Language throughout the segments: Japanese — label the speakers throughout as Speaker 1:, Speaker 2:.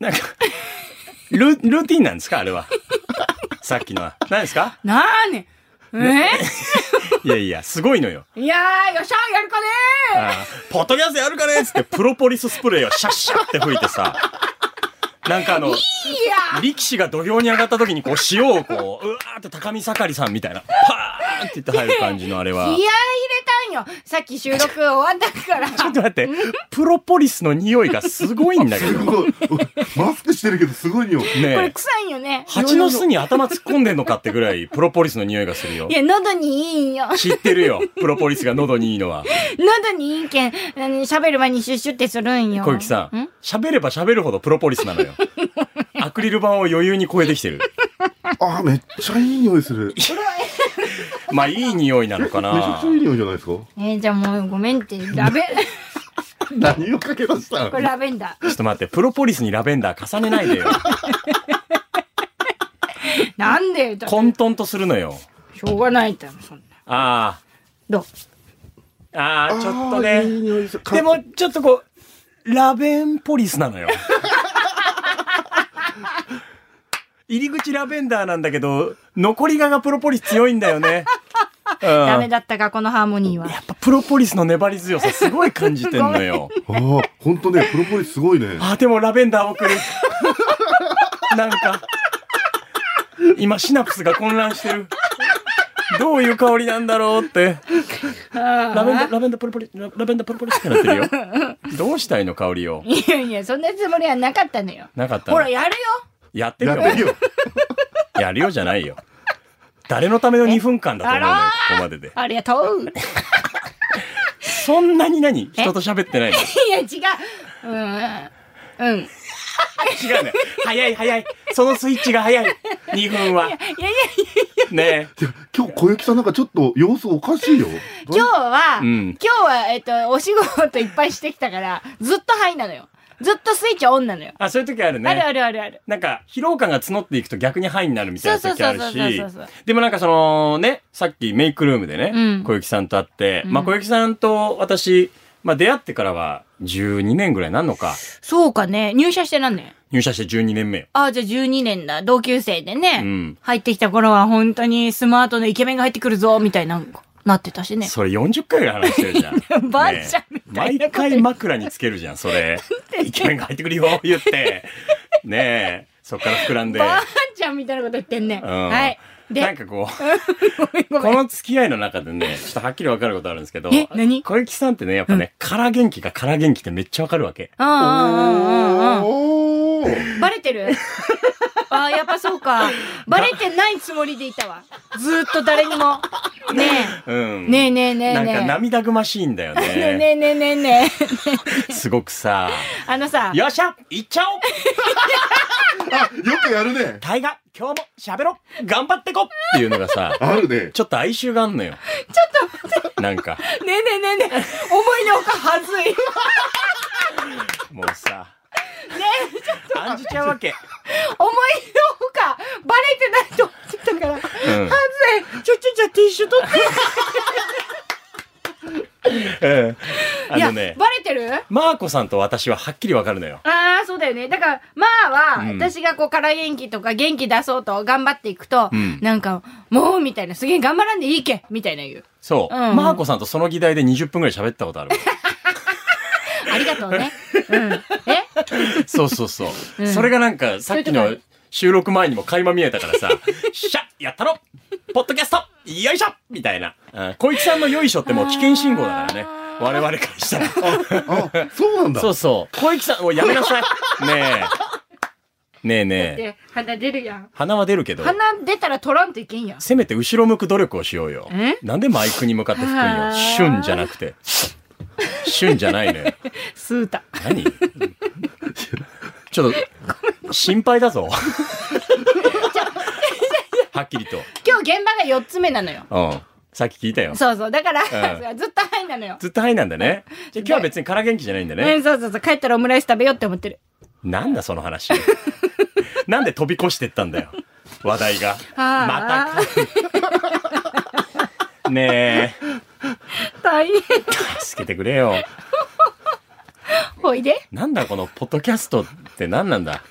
Speaker 1: なんか、 ル、ルーティンなんですかあれ は。さっきのは。何ですか
Speaker 2: なーにえ
Speaker 1: いやいや、すごいのよ。
Speaker 2: ー、いやー、よっしゃー、やるかねー
Speaker 1: あーポッドキャストやるかねっつって、プロポリススプレーをシャッシャって吹いてさ。なんかあの、
Speaker 2: いやー
Speaker 1: 力士が土俵に上がった時にこう塩をこう、うわーって高見盛りさんみたいな、パーンって言って入る感じのあれ
Speaker 2: 気合
Speaker 1: は。
Speaker 2: い入れたんよ。さっき収録終わったから。
Speaker 1: ちょっと待って、プロポリスの匂いがすごいんだけ
Speaker 3: す
Speaker 1: ど。
Speaker 3: ごい。 マスクしてるけど、すごい匂い。
Speaker 2: こ
Speaker 1: ね
Speaker 2: れ
Speaker 1: え。
Speaker 2: 臭いよね。
Speaker 1: 蜂の巣に頭突っ込んでんのかってぐらい、プロポリスの匂いがするよ
Speaker 2: い。や、喉にいいんよ。
Speaker 1: 知ってるよ。プロポリスが喉にいいのは。
Speaker 2: 喉にいいけん、あの喋る前にシュッシュってするんよ。
Speaker 1: 小雪さん
Speaker 2: ん。
Speaker 1: 喋れば喋るほどプロポリスなの よ。アクリル板を余裕に超えてきてる。
Speaker 3: あー、めっちゃいい匂いする。めち
Speaker 1: まあ、いい匂いなのか
Speaker 3: ゃ
Speaker 1: な
Speaker 3: くちゃ。いい匂いじゃないですか
Speaker 2: えー、じゃあもうごめんって、ラベン、
Speaker 3: 何をかけました
Speaker 2: これラベンダー。
Speaker 1: ちょっと待って、プロポリスにラベンダー重ねないでよ。
Speaker 2: なんでよ、だって
Speaker 1: 混沌とするのよ。
Speaker 2: しょうがないって、そんな。
Speaker 1: あ
Speaker 2: どう
Speaker 1: あ、ああ、ちょっと
Speaker 3: あーいい
Speaker 1: ね。
Speaker 3: 匂いする
Speaker 1: でも、ちょっとこう、ラベンポリスなの よ。入り口ラベンダーなんだけど、残りががプロポリス強いんだよね。うん、
Speaker 2: ダメ
Speaker 1: や
Speaker 2: だったか、このハーモニーは。
Speaker 1: っぱプロポリスの粘り強さすごい感じてんのよ。
Speaker 3: ああ、ほんとね、プロポリスすごいね。
Speaker 1: あ、でもラベンダー送る。 なんか、今シナプスが混乱してる。どういう香りなんだろうって。ラベンダー、ラベンダーポリポリ、ララベンダーポリポリってなってるよ。どうしたいの香りを。
Speaker 2: いやいや、そんなつもりはなかったのよ。
Speaker 1: なかった
Speaker 2: ほら、
Speaker 1: の
Speaker 2: やるよ
Speaker 1: やってる
Speaker 3: や
Speaker 1: よ
Speaker 3: っ。てるよ。
Speaker 1: やるよじゃないよ。誰のための2分間だと思うのよ
Speaker 2: あら、
Speaker 1: ここまでで。
Speaker 2: ありがとう
Speaker 1: そんなに何人と喋ってない の
Speaker 2: いや、違う。うん。うん。
Speaker 1: 違うね。早い早い。そのスイッチが早い。2分は。
Speaker 2: いやいや、
Speaker 1: ねえ。
Speaker 3: いや今日小雪さんなんかちょっと様子おかしいよ。
Speaker 2: 今日は、
Speaker 1: うん
Speaker 2: 今日は、えっと、お仕事いっぱいしてきたから、ずっとハイなのよ。ずっとスイッチオンなのよ。
Speaker 1: あ、そういう時あるね。
Speaker 2: あるあるあるある。
Speaker 1: なんか、疲労感が募っていくと逆にハイになるみたいな時ある
Speaker 2: そうそうそう
Speaker 1: し
Speaker 2: そうそうそう、
Speaker 1: でもなんかそのね、さっきメイクルームでね、
Speaker 2: うん
Speaker 1: 小雪さんと会って、
Speaker 2: うん
Speaker 1: まあ小雪さんと私、まあ出会ってからは12年ぐらいなんのか、
Speaker 2: そうかね。入社して何年
Speaker 1: 入社して12年目よ。
Speaker 2: ああ、じゃあ12年だ。同級生でね。
Speaker 1: うん
Speaker 2: 入ってきた頃は本当にスマートなイケメンが入ってくるぞ、みたいな、なってたしね。
Speaker 1: それ40回ぐらい話してるじゃん。 ね
Speaker 2: ばあちゃんみたいな
Speaker 1: 毎回枕につけるじゃん、それ。イケメンが入ってくるよ、言って。ねえ、そっから膨らんで。
Speaker 2: ばあちゃんみたいなこと言ってんね。
Speaker 1: うん
Speaker 2: はい。
Speaker 1: なんか
Speaker 2: で、
Speaker 1: こう、
Speaker 2: ごめん ごめ
Speaker 1: こ
Speaker 2: ん。
Speaker 1: の付き合いの中でね、ちょっとはっきり分かることあるんですけど、
Speaker 2: え何
Speaker 1: 小雪さんってね、やっぱね、から元気かから元気ってめっちゃ分かるわけ。
Speaker 2: うんうんうんうんう
Speaker 3: おお。
Speaker 2: ん。バレ てるああ、やっぱそうか。バレてないつもりでいたわ。ずーっと誰にも。ね
Speaker 1: うん。
Speaker 2: え。ねえねえねえ
Speaker 1: なん
Speaker 2: ね
Speaker 1: か
Speaker 2: え。
Speaker 1: 涙ぐましいんだよ
Speaker 2: ねえね
Speaker 1: ね。
Speaker 2: えねえねえね
Speaker 1: すごくさ、
Speaker 2: え。あのさ、
Speaker 1: よっしゃ行っちゃおう
Speaker 3: あ、よくやるね。
Speaker 1: 大河今日も喋ろう頑張ってこっていうのがさ、
Speaker 3: あるね。
Speaker 1: ちょっと哀愁があんのよ。ちょっとなんか、
Speaker 2: ねえねえねえねえ。思いのほかはずい。
Speaker 1: もうさ、感じちゃうわけ。
Speaker 2: 思いのほかバレてないと思ってたから、はず
Speaker 1: うん
Speaker 2: いちょちょちょティッシュ取って
Speaker 1: うん。あ
Speaker 2: いや
Speaker 1: の
Speaker 2: バレ
Speaker 1: ね、
Speaker 2: てる
Speaker 1: マーコさんと私ははっきり分かるのよ。
Speaker 2: ああ、そうだよね。だから、まあは、
Speaker 1: うん
Speaker 2: 私がこう、から元気とか元気出そうと頑張っていくと、
Speaker 1: うん
Speaker 2: なんか、もう、みたいな、すげえ頑張らんでいいけんみたいな言う。
Speaker 1: そう。
Speaker 2: うん
Speaker 1: マーコさんとその議題で20分ぐらい喋ったことある もん。
Speaker 2: ありがとうね。うん。え
Speaker 1: そうそうそう。
Speaker 2: ん
Speaker 1: それがなんか、さっき
Speaker 2: そうい
Speaker 1: の
Speaker 2: うとこ
Speaker 1: 収録前にも垣間見えた からさ、シャッやったろポッドキャストよいしょみたいな。うん小池さんのよいしょってもう危険信号だからね
Speaker 2: あ。ー
Speaker 1: 我々からした ら。
Speaker 3: あ、そうなんだ。
Speaker 1: そうそう。小池さん、もうやめな さい。ねえ。ねえねえ。
Speaker 2: で、鼻出るやん。
Speaker 1: 鼻は出るけど、
Speaker 2: 鼻出たら取らんといけんやん。
Speaker 1: せめて後ろ向く努力をしようよ
Speaker 2: え。
Speaker 1: なんでマイクに向かって吹くん
Speaker 2: あ
Speaker 1: よ。
Speaker 2: ー
Speaker 1: シュンじゃなくて。シュンじゃないのよ。
Speaker 2: スータ。
Speaker 1: 何ちょっと、心配だぞ。 はっきりと。
Speaker 2: 今日現場が4つ目なのよ。
Speaker 1: うん。さっき聞いたよ。
Speaker 2: そうそう。だから、
Speaker 1: う
Speaker 2: ずっとはいなのよ。
Speaker 1: ずっとハイなんだね。じゃあ今日は別に空元気じゃないんだ
Speaker 2: う
Speaker 1: ね。
Speaker 2: ん、そうそうそう。帰ったらオムライス食べようって思ってる。
Speaker 1: なんだその話。 なんで飛び越してったんだよ。話題が。
Speaker 2: あー
Speaker 1: ま た。ねえ、
Speaker 2: 大変。
Speaker 1: 助けてくれよ。
Speaker 2: おいで。
Speaker 1: なんだこのポッドキャストって何なんだ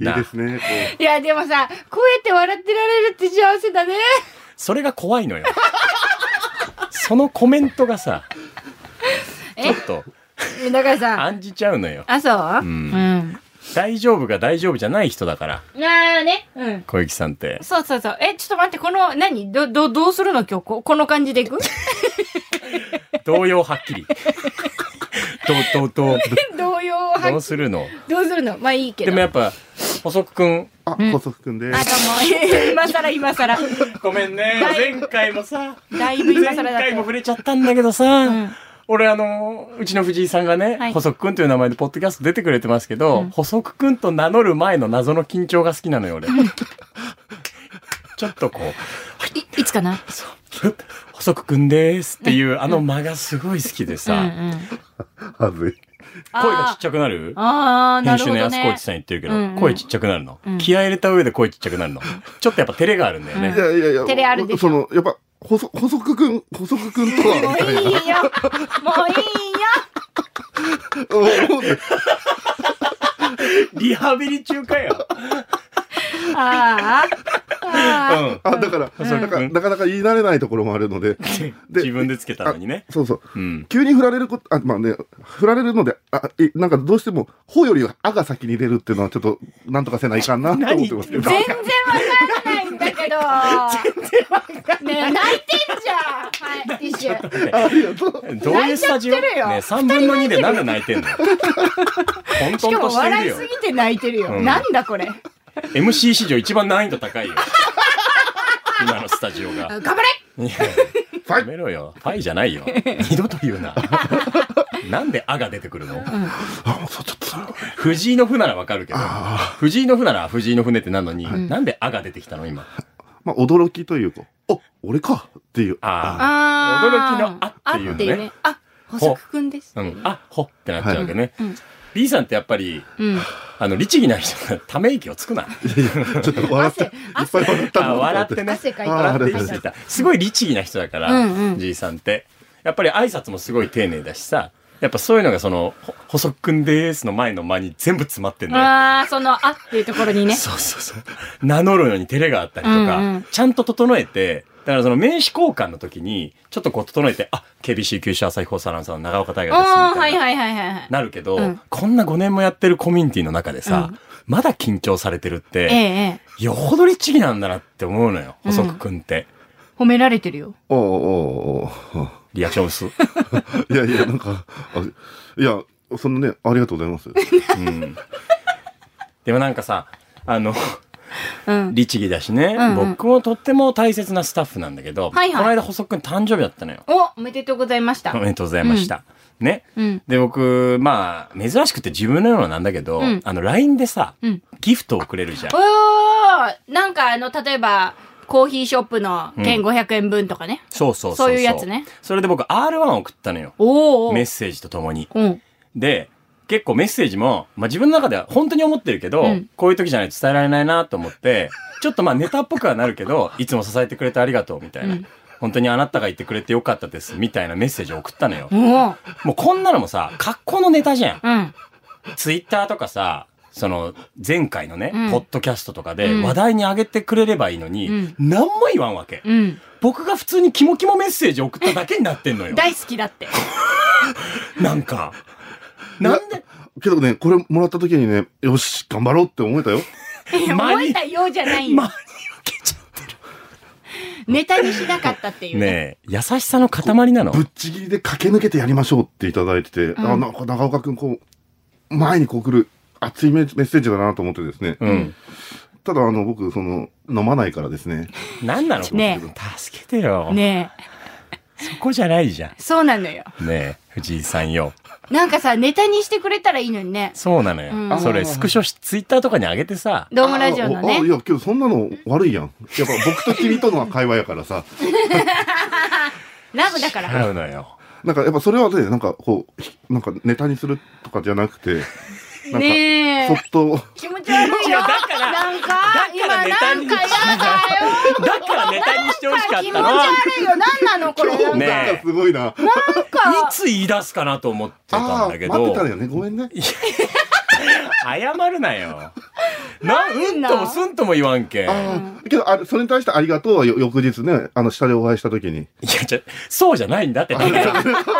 Speaker 3: いいですね。こ
Speaker 2: いや、でもさ、こうやって笑ってられるって幸せだね。
Speaker 1: それが怖いの よそのコメントがさちょっと
Speaker 2: だからさ、
Speaker 1: 案じちゃうのよ
Speaker 2: あ、そう
Speaker 1: う
Speaker 2: うんん。
Speaker 1: 大丈夫が大丈夫じゃない人だから
Speaker 2: ああね。うん。
Speaker 1: 小雪さんって
Speaker 2: そうそうそう。え、ちょっと待って、この、何ど、ど、どうするの今日こ、この感じでいく
Speaker 1: 動揺はっきり どうどうどう
Speaker 2: 動揺は
Speaker 1: どうするの
Speaker 2: どうするのまあいいけ
Speaker 1: で
Speaker 2: ど。
Speaker 1: もやっぱ細くくん
Speaker 3: うあ、細くんで
Speaker 2: あ、
Speaker 3: す。
Speaker 2: どうも。 今更今更。
Speaker 1: ごめんね
Speaker 2: だい
Speaker 1: 前回もさ
Speaker 2: だいぶ今
Speaker 1: 前
Speaker 2: 更だった
Speaker 1: 回も
Speaker 2: よ
Speaker 1: 触。れちゃったんだけどさ、
Speaker 2: うん
Speaker 1: 俺あのうちの藤井さんがね、
Speaker 2: はい
Speaker 1: 細くくんという名前でポッドキャスト出てくれてますけど、細くくんと名乗る前の謎の緊張が好きなのよ 俺ちょっとこう
Speaker 2: い、いつかな
Speaker 1: そう「細くくんです」っていうあの間がすごい好きで
Speaker 2: うんう
Speaker 1: さ、
Speaker 2: ん。
Speaker 3: はずい。
Speaker 1: 声がちっち
Speaker 2: ゃい。
Speaker 1: ゃくなる
Speaker 2: あー、な
Speaker 1: 編
Speaker 2: る
Speaker 1: 集
Speaker 2: ほ
Speaker 1: の
Speaker 2: ど
Speaker 1: 安
Speaker 2: ね。
Speaker 1: 河内さん言ってるけど、
Speaker 2: うんうん
Speaker 1: 声ちっちゃくなるの、
Speaker 2: ん
Speaker 1: 気合い入れた上で声ちっちゃくなるの、 ちょっとやっぱ照れがあるんだよね、
Speaker 3: いやいやいや。
Speaker 2: 照れあるでしょ
Speaker 3: その、やっぱ、細、細くくん、細くくんと
Speaker 2: も
Speaker 3: は、
Speaker 2: う
Speaker 3: みた
Speaker 2: いい
Speaker 3: い
Speaker 2: よ
Speaker 3: な。。
Speaker 2: もういいよ。
Speaker 3: 思うんです
Speaker 1: リハビリ中かよ、
Speaker 2: ああ。
Speaker 1: う
Speaker 2: ああ。
Speaker 1: ん
Speaker 3: あ、だから、
Speaker 1: 細
Speaker 3: な
Speaker 1: く
Speaker 3: ん
Speaker 1: く
Speaker 3: か、
Speaker 1: ん
Speaker 3: なかなか言い慣れないところもあるので。
Speaker 1: 自分でつけたのにね
Speaker 3: そうそう。
Speaker 1: うん
Speaker 3: 急に振られること、あ、まあね、振られるので、あ、いなんかどうしても、ほよりは、あが先に出るっていうのは、ちょっと、なんとかせないかなと 思ってますけど。
Speaker 2: 全然わかんないんだけど。ねえ、泣いてんじゃん。はい、ティッシュ。
Speaker 3: ありがとう。
Speaker 1: どういうスタジオ
Speaker 2: 泣いちゃってるよ
Speaker 1: ね三分の二でなんで泣い てんの。混
Speaker 2: し
Speaker 1: 沌
Speaker 2: か
Speaker 1: と
Speaker 2: も
Speaker 1: して
Speaker 2: 笑い
Speaker 1: るよ
Speaker 2: す。ぎて泣いてるよ。
Speaker 1: うん
Speaker 2: なんだこれ。
Speaker 1: MC 史上一番難易度高いよ。 今のスタジオが。
Speaker 2: 頑張れ
Speaker 1: いや
Speaker 3: ァイ
Speaker 1: やめろよ。ファイじゃないよ。二度と言うな。なんであが出てくるの。
Speaker 3: あ、もうそう、ちょっとそれはね、
Speaker 1: 藤井の歩ならわかるけど。
Speaker 3: あ
Speaker 1: 藤井の歩なら藤井の船ってなのに、なんであが出てきたの今。
Speaker 3: あ、まあ、驚きというか、あ、俺かっていう。
Speaker 1: あ
Speaker 2: あー
Speaker 1: 驚きのあっていうね
Speaker 2: あ、細くくんです。
Speaker 1: あ。
Speaker 2: う。
Speaker 1: うんん。あ、ほってなっちゃうわけね。
Speaker 2: うん
Speaker 1: B さんってやっぱり、あの、律儀な人がため息をつ くな。
Speaker 3: ちょっと笑って、いっぱい笑ったんだ
Speaker 1: あ笑ってね。
Speaker 2: 汗かい
Speaker 3: あ
Speaker 2: て
Speaker 3: ー
Speaker 1: 笑
Speaker 3: あ
Speaker 1: って
Speaker 3: り
Speaker 1: い
Speaker 3: がとうござ
Speaker 1: い
Speaker 3: いま
Speaker 1: た。すごい律儀な人だから、
Speaker 2: うんうん
Speaker 1: じいさんって。やっぱり挨拶もすごい丁寧だしさ、やっぱそういうのがその、ほ細くんでーすの前の間に全部詰まってんのよ。
Speaker 2: ああ、その、あっていうところにね。
Speaker 1: そうそうそう。名乗るのに照れがあったりとか、
Speaker 2: うんうん
Speaker 1: ちゃんと整えて、だからその名刺交換の時に、ちょっとこう整えて、あ、KBC 九州朝日放送アナウンサーの長岡大
Speaker 2: お
Speaker 1: 河ですみたい
Speaker 2: ー、
Speaker 1: な。
Speaker 2: はいはいはいはいはい。
Speaker 1: なるけど、
Speaker 2: うん
Speaker 1: こんな5年もやってるコミュニティの中でさ、
Speaker 2: うん
Speaker 1: まだ緊張されてるっ
Speaker 2: ええ
Speaker 1: て、、
Speaker 2: ええ。
Speaker 1: よほど律儀なんだなって思うのよ、
Speaker 2: うん
Speaker 1: 細くくんって。
Speaker 2: 褒められてるよ。
Speaker 3: おうおうおう
Speaker 1: リアクション薄。
Speaker 3: おういやいや、なんか、あいや、そのね、ありがとうござ います。
Speaker 1: うんでもなんかさあの
Speaker 2: うん。
Speaker 1: 律儀だしね、
Speaker 2: うんうん
Speaker 1: 僕もとっても大切なスタッフなんだけど、
Speaker 2: はいはい
Speaker 1: この間細くん誕生日だったのよ
Speaker 2: お、おめでとうございました
Speaker 1: お。めでとうございました、ね
Speaker 2: うん。
Speaker 1: で僕まあ珍しくて自分のようななんだけど、
Speaker 2: うん
Speaker 1: あの LINE でさ、
Speaker 2: うん
Speaker 1: ギフトをくれるじゃん
Speaker 2: おーなんかあの、例えば、コーヒーショップの券500円分とかね。
Speaker 1: そうそうそうそう
Speaker 2: そういうやつね
Speaker 1: それで僕 R1 を送ったのよ
Speaker 2: おお
Speaker 1: メッセージとともに
Speaker 2: うん。
Speaker 1: で、結構メッセージも、まあ、自分の中では本当に思ってるけど、
Speaker 2: うん
Speaker 1: こういう時じゃないと伝えられないなと思って、ちょっとまあネタっぽくはなるけ ど、いつも支えてくれてありがとうみたいな。
Speaker 2: うん
Speaker 1: 本当にあなたがいてくれてよかったですみたいなメッセージを送ったのよ。
Speaker 2: おお
Speaker 1: もうこんなのもさ、格好のネタじゃん。
Speaker 2: うん。
Speaker 1: ツイッターとかさ、その前回のね、
Speaker 2: うん
Speaker 1: ポッドキャストとかで
Speaker 2: うん
Speaker 1: 話題に上げてくれればいいのに、
Speaker 2: うん
Speaker 1: 何も言わんわけ。
Speaker 2: うん。
Speaker 1: 僕が普通にキモキモメッセージ送っただけになってんのよ。
Speaker 2: 大好きだって。
Speaker 1: なんか。 なんで、
Speaker 3: けどね、これもらった時にね、よし、頑張ろうって思えたよ。
Speaker 1: マ
Speaker 2: 覚
Speaker 1: ニ
Speaker 2: えたようじゃないよ
Speaker 1: ま。
Speaker 2: ネタにしなかったっていうね。
Speaker 1: ねえ、優しさの塊なの
Speaker 3: ぶっちぎりで駆け抜けてやりましょうっていただいてて、あ、なんか長岡くん、こう、前にこう来る熱いメメッセージだなと思ってですね。
Speaker 1: うん。
Speaker 3: ただ、あの、僕、その、飲まないからですね。
Speaker 1: 何なの
Speaker 2: ね
Speaker 1: 助けてよ。
Speaker 2: ね
Speaker 1: そこじゃないじゃ
Speaker 2: え。そうなのよ。
Speaker 1: ん。ねえ、藤井さんよ。
Speaker 2: なんかさ、ネタにしてくれたらいいのにね。
Speaker 1: そうなのよ。
Speaker 2: うん
Speaker 1: それ、スクショし、ツイッターとかに上げてさ、
Speaker 2: ドームラジオの
Speaker 3: ああい
Speaker 2: ね。
Speaker 3: や、けどそんなの悪いやん。やっぱ僕と君との会話やからさ。
Speaker 2: ラブだから。
Speaker 1: 払うのよ。
Speaker 3: なんかやっぱそれはね、なんかこう、ひなんかネタにするとかじゃなくて、なん か、
Speaker 2: ねえ
Speaker 3: そっ。と、
Speaker 2: 気持ち悪いよ。
Speaker 1: だから
Speaker 2: なん
Speaker 1: だ
Speaker 2: か、
Speaker 1: から
Speaker 2: 今
Speaker 1: ネタに
Speaker 2: なんかやだ よ。
Speaker 1: だからネタにしてほしかっ
Speaker 2: 気持ち
Speaker 1: たの。い
Speaker 2: 悪いよ。なんなのこれ。なん
Speaker 1: ね
Speaker 2: か。
Speaker 3: なんかすご いな。
Speaker 2: なんか
Speaker 1: つ言い出すかなと思ってたんだけ
Speaker 3: あー待って
Speaker 1: ど
Speaker 3: た、んだよね。ごめんね。
Speaker 1: 謝るなよ。な、うんともすんとも言わんけ。いや、
Speaker 3: ああ、けど、あれそれに対してありがとうはよ翌日ね、あの、下でお会いした時に。
Speaker 1: じゃ、そうじゃないんだって。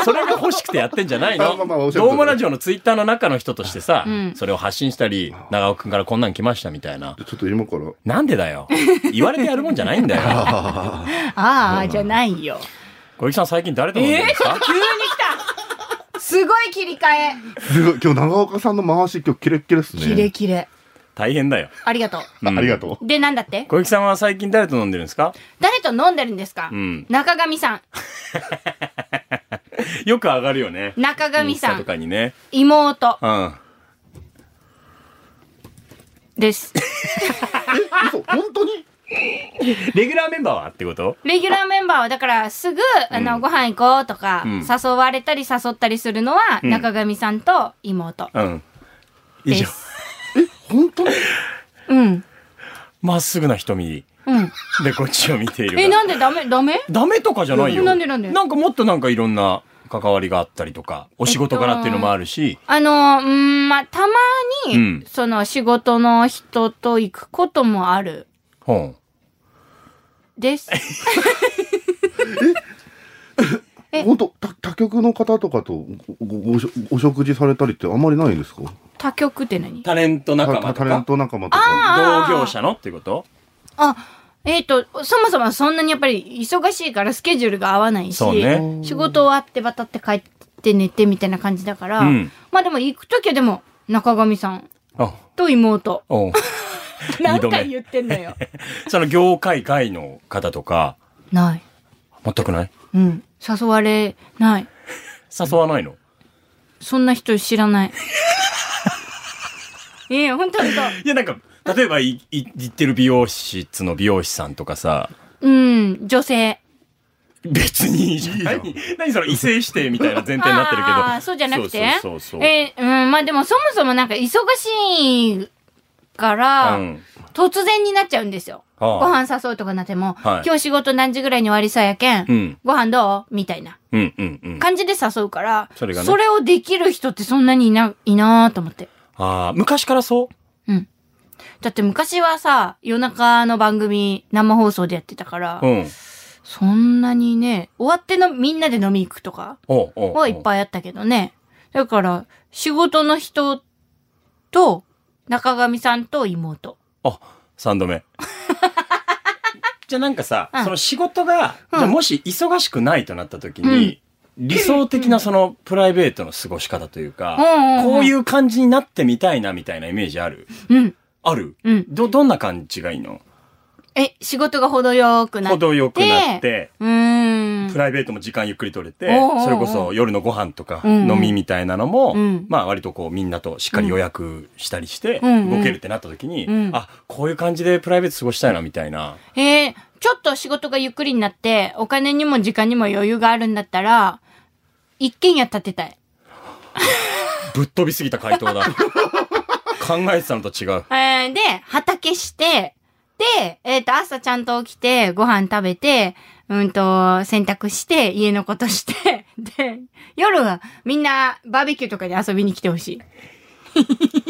Speaker 1: それが欲しくてやってんじゃないの。
Speaker 3: あまあまあおっしゃる
Speaker 1: ど
Speaker 3: 通り
Speaker 1: うもラジオのツイッターの中の人としてさ、
Speaker 2: うん
Speaker 1: それを発信したり、長尾くんからこんなん来ましたみたいな。
Speaker 3: ちょっと今から。
Speaker 1: なんでだよ。言われてやるもんじゃないんだよ。
Speaker 3: あ
Speaker 2: ああ、じゃないよ。
Speaker 1: 小木さん最近誰と飲んでるんですか、
Speaker 2: 急に来たすごい切り替え。
Speaker 3: あ、すごい。今日長岡さんの回し、今日キレッキレっすね。
Speaker 2: キレキレ。
Speaker 1: 大変だよ。
Speaker 2: ありがと
Speaker 3: あありが
Speaker 1: う
Speaker 3: と
Speaker 2: う。で、なんだって
Speaker 1: ん。小木さんは最近誰と飲んでるんですか
Speaker 2: 誰と飲んでるんですか、
Speaker 1: うん
Speaker 2: 中上さん。
Speaker 1: よく上がるよね。
Speaker 2: 中上
Speaker 1: インス
Speaker 2: さ
Speaker 1: タと
Speaker 2: ん。
Speaker 1: かにね。
Speaker 2: 妹
Speaker 1: うん。
Speaker 2: です。
Speaker 3: う。嘘、本当に
Speaker 1: レギュラーメンバーはってこと
Speaker 2: レギュラーメンバーは、だから、すぐ、あの、ご飯行こうとか、
Speaker 1: うん
Speaker 2: 誘われたり誘ったりするのは、
Speaker 1: うん
Speaker 2: 中上さんと妹
Speaker 1: うん。以
Speaker 2: で
Speaker 1: 上。
Speaker 2: す。
Speaker 3: え、本当に
Speaker 2: うん。
Speaker 1: まっすぐな瞳
Speaker 2: うん。
Speaker 1: でこっちを見ているが
Speaker 2: え、なんでダメダメ
Speaker 1: ダメとかじゃないよ。
Speaker 2: なんでなんで
Speaker 1: なんかもっとなんかいろんな関わりがあったりとか、お仕事柄っていうのもあるし、
Speaker 2: あの、うん、まあ、たまに、
Speaker 1: うん
Speaker 2: その、仕事の人と行くこともある。
Speaker 1: ほん。
Speaker 2: です。え
Speaker 3: 本当他他局の方とかとごごごお食事されたりってあんまりないんですか
Speaker 2: 他局って何
Speaker 1: タレント仲間
Speaker 3: た
Speaker 1: と
Speaker 3: タレン
Speaker 1: か、
Speaker 3: ト仲間と
Speaker 2: あ
Speaker 3: か。
Speaker 2: ー
Speaker 1: 同業者のっていうこと
Speaker 2: あ、えっ、と、そもそもそんなにやっぱり忙しいからスケジュールが合わないし、
Speaker 1: そうね
Speaker 2: 仕事終わってバタって帰って寝てみたいな感じだから、
Speaker 1: うん
Speaker 2: まあでも行くときはでも中上さん
Speaker 1: あ、
Speaker 2: と妹。
Speaker 1: おう
Speaker 2: 何
Speaker 1: 度目
Speaker 2: 回言ってんのよ。
Speaker 1: その業界外の方とか、
Speaker 2: ない。
Speaker 1: 全くない
Speaker 2: うん。誘われない。
Speaker 1: 誘わないの
Speaker 2: そんな人知 らない。ええ、ほんとほんと。
Speaker 1: いやなんか、例えばいい行ってる美容室の美容師さんとかさ、
Speaker 2: うん、女性。
Speaker 1: 別にいいじゃん。何何その異性指定みたいな前提になってるけど。
Speaker 2: ああ、そうじゃなくて
Speaker 1: そうそうそうそう。
Speaker 2: えーうん、まあでもそもそもなんか忙しいから、
Speaker 1: うん
Speaker 2: 突然になっちゃうんですよ。
Speaker 1: ああ
Speaker 2: ご飯誘うとかなっても、
Speaker 1: はい
Speaker 2: 今日仕事何時ぐらいに終わりそうやけん、
Speaker 1: うん
Speaker 2: ご飯どうみたいな
Speaker 1: うんうんうん。
Speaker 2: 感じで誘うから、
Speaker 1: それがね
Speaker 2: をできる人ってそんなにいな、いなーと思って。
Speaker 1: ああ、昔からそう
Speaker 2: うん。だって昔はさ、夜中の番組生放送でやってたから、
Speaker 1: うん。
Speaker 2: そんなにね、終わってのみんなで飲み行くとか
Speaker 1: おうおうおう
Speaker 2: はいっぱいあったけどね。だから、仕事の人と、中上さんと妹。
Speaker 1: あ、三度 目。じゃあなんかさ、
Speaker 2: うん
Speaker 1: その仕事が、
Speaker 2: うん
Speaker 1: じゃあもし忙しくないとなった時に、理想的なそのプライベートの過ごし方というか、
Speaker 2: うんうんうん
Speaker 1: こういう感じになってみたいなみたいなイメージある
Speaker 2: うん。
Speaker 1: ある
Speaker 2: うん。
Speaker 1: ど、どんな感じがいいの
Speaker 2: え、仕事が程よくなって。
Speaker 1: 程よくなって、
Speaker 2: うー
Speaker 1: プ
Speaker 2: ん。
Speaker 1: ライベートも時間ゆっくり取れて、
Speaker 2: おうおうおう
Speaker 1: それこそ夜のご飯とか
Speaker 2: うんうん
Speaker 1: 飲みみたいなのも、
Speaker 2: うん
Speaker 1: まあ割とこうみんなとしっかり予約したりして、
Speaker 2: うん
Speaker 1: 動けるってなった時に、
Speaker 2: うん
Speaker 1: あ、こういう感じでプライベート過ごしたいなみたいな。
Speaker 2: えーちょっと仕事がゆっくりになって、お金にも時間にも余裕があるんだったら、一軒家建てたい。
Speaker 1: ぶっ飛びすぎた回答だ。 考えてたのと違う。
Speaker 2: えーで、畑して、で、えっ、と、朝ちゃんと起きて、ご飯食べて、うんと、洗濯して、家のことして、 で、夜はみんなバーベキューとかで遊びに来てほしい。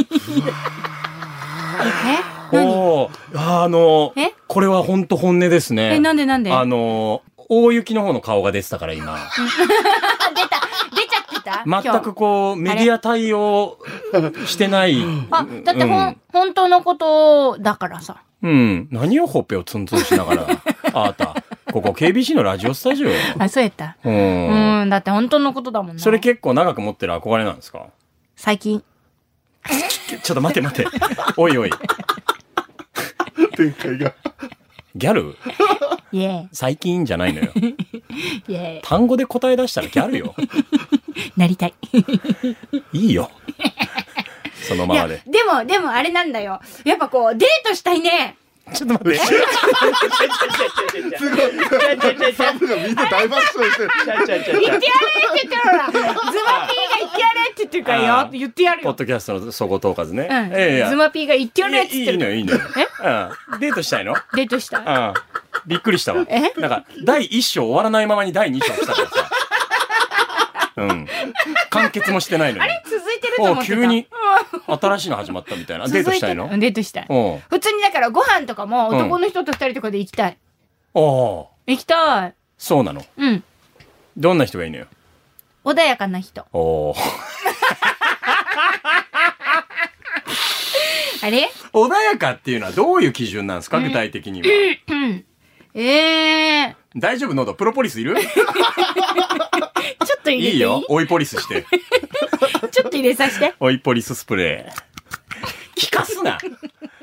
Speaker 2: え何
Speaker 1: おーあの
Speaker 2: え
Speaker 1: これは本当本音ですね。
Speaker 2: え、なんでなんで
Speaker 1: あ
Speaker 2: あ、
Speaker 1: の大雪の方の顔が出てたから今。
Speaker 2: 出た出ちゃってた今日
Speaker 1: 全くこう、メディア対応してない。
Speaker 2: あ、だってほん、
Speaker 1: うん
Speaker 2: 本当のことだからさ。
Speaker 1: うん。何をほっぺをツンツンしなが ら。あなた、ここ KBC のラジオスタジオよ。
Speaker 2: あ、そうやった。
Speaker 1: う。
Speaker 2: うんん、だって本当のことだもんな。
Speaker 1: それ結構長く持ってる憧れなんですか
Speaker 2: 最近。
Speaker 1: ちょっと待て 待て。おいおい。
Speaker 3: 展開が。
Speaker 1: ギャル
Speaker 2: イェ
Speaker 1: 最近じゃないのよ。
Speaker 2: イ。イェイ。
Speaker 1: 単語で答え出したらギャルよ。
Speaker 2: なりたい。
Speaker 1: いいよ。そのままで。
Speaker 2: いや、でも、でもあれなんだよ。やっぱこう、デートしたいね。
Speaker 1: ちょっと待って。
Speaker 3: すごい。サブがみんな大爆笑してる。
Speaker 2: 言ってやれって言ってる から。ズマピーが言ってやれって言ってるから
Speaker 1: あ
Speaker 2: よ
Speaker 1: ー。
Speaker 2: 言ってやる
Speaker 1: ポッ
Speaker 2: よ。
Speaker 1: ドキャストの総合統括ね。
Speaker 2: うん。
Speaker 1: ええ
Speaker 2: ズマピーが言ってやれって
Speaker 1: い
Speaker 2: 言
Speaker 1: い
Speaker 2: っ
Speaker 1: い
Speaker 2: て
Speaker 1: いの
Speaker 2: るか
Speaker 1: よ、
Speaker 2: ら。
Speaker 1: いいのよ。うん。デートしたいの
Speaker 2: デー トしたい。
Speaker 1: うん。びっくりしたわ。
Speaker 2: え
Speaker 1: なんか、第1章終わらないままに第2章来たからさ。うん。完結もしてないのに。
Speaker 2: 続いてると
Speaker 1: お
Speaker 2: 思
Speaker 1: う
Speaker 2: ってた。
Speaker 1: 急に。新しいの始まったみたいな。デートしたいの
Speaker 2: 続てうんデートしたい。
Speaker 1: うん。あ
Speaker 2: 普通にだからご飯とかも
Speaker 1: うん
Speaker 2: 男の人と二人とかで行きたい。
Speaker 1: あ、
Speaker 2: 行きたい。
Speaker 1: そうなの。
Speaker 2: うん。
Speaker 1: どんな人がいいのよ。
Speaker 2: 穏やかな人。
Speaker 1: おー
Speaker 2: あれ
Speaker 1: 穏やかっていうのはどういう基準なんですか具体的には。
Speaker 2: ええ
Speaker 1: 大丈夫喉プロポリス いる
Speaker 2: ー。ちょっと入
Speaker 1: い
Speaker 2: れていい
Speaker 1: いよ。追いポリス して。
Speaker 2: ちょっと入れさ せて。
Speaker 1: 追いポリススプレー。効かすな。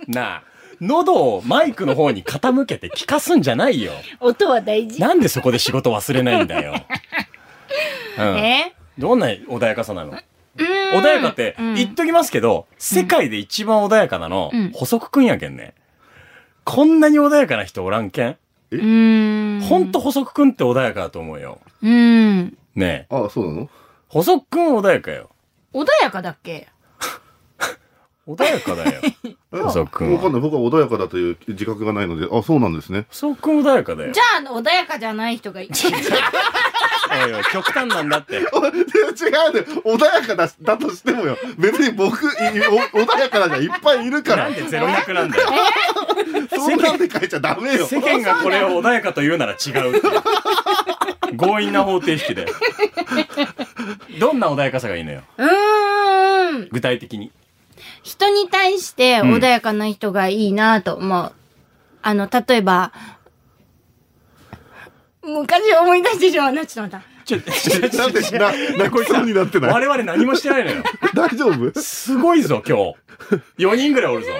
Speaker 1: なあ。喉をマイクの方に傾けて効かすんじゃないよ。
Speaker 2: 音は大事。
Speaker 1: なんでそこで仕事忘れないんだよ。うん。
Speaker 2: え
Speaker 1: どんな穏やかさなの
Speaker 2: ー、うーん
Speaker 1: 穏やかって
Speaker 2: うん
Speaker 1: 言っときますけど、世界で一番穏やかなの、
Speaker 2: うん
Speaker 1: 補足くんやけんね。こんなに穏やかな人おらんけん。
Speaker 2: うーん。
Speaker 1: ほんと補足くんって穏やかだと思うよ。
Speaker 2: うーん。
Speaker 1: ねえ。
Speaker 3: ああ、そうなの
Speaker 1: 補足くん穏やかよ。
Speaker 2: 穏やかだっけ
Speaker 1: 穏やか だよ。
Speaker 3: え
Speaker 1: 補足くん
Speaker 3: わかん
Speaker 1: は。
Speaker 3: ない。僕は穏やかだという自覚がないので、あ、そうなんですね。
Speaker 1: 補足くん穏やかだよ
Speaker 2: じ。ゃあ、穏やかじゃない人が いい。
Speaker 1: おいおい、極端なんだって。
Speaker 3: お違うね。穏やかだだとしてもよ。別に僕、いお穏やかな人いっぱいいるか
Speaker 1: な
Speaker 3: ら
Speaker 1: ん。でゼロ百なんだよ。
Speaker 3: そんなんで書いちゃダメよ。
Speaker 1: 世間がこれを穏やかと言うなら違う って。強引な方程式で。どんな穏やかさがいいのよ。
Speaker 2: うーん。
Speaker 1: 具体的に。
Speaker 2: 人に対して穏やかな人がいいなと思う。あの、例えば、昔を思い出してしまうな、ちょっと待っ
Speaker 1: ち ょ、ちょ、
Speaker 3: なんでな、泣きそうになってない
Speaker 1: 我々何もしてないのよ。
Speaker 3: 大 丈夫
Speaker 1: すごいぞ、今日。4人ぐらいおる ぞ。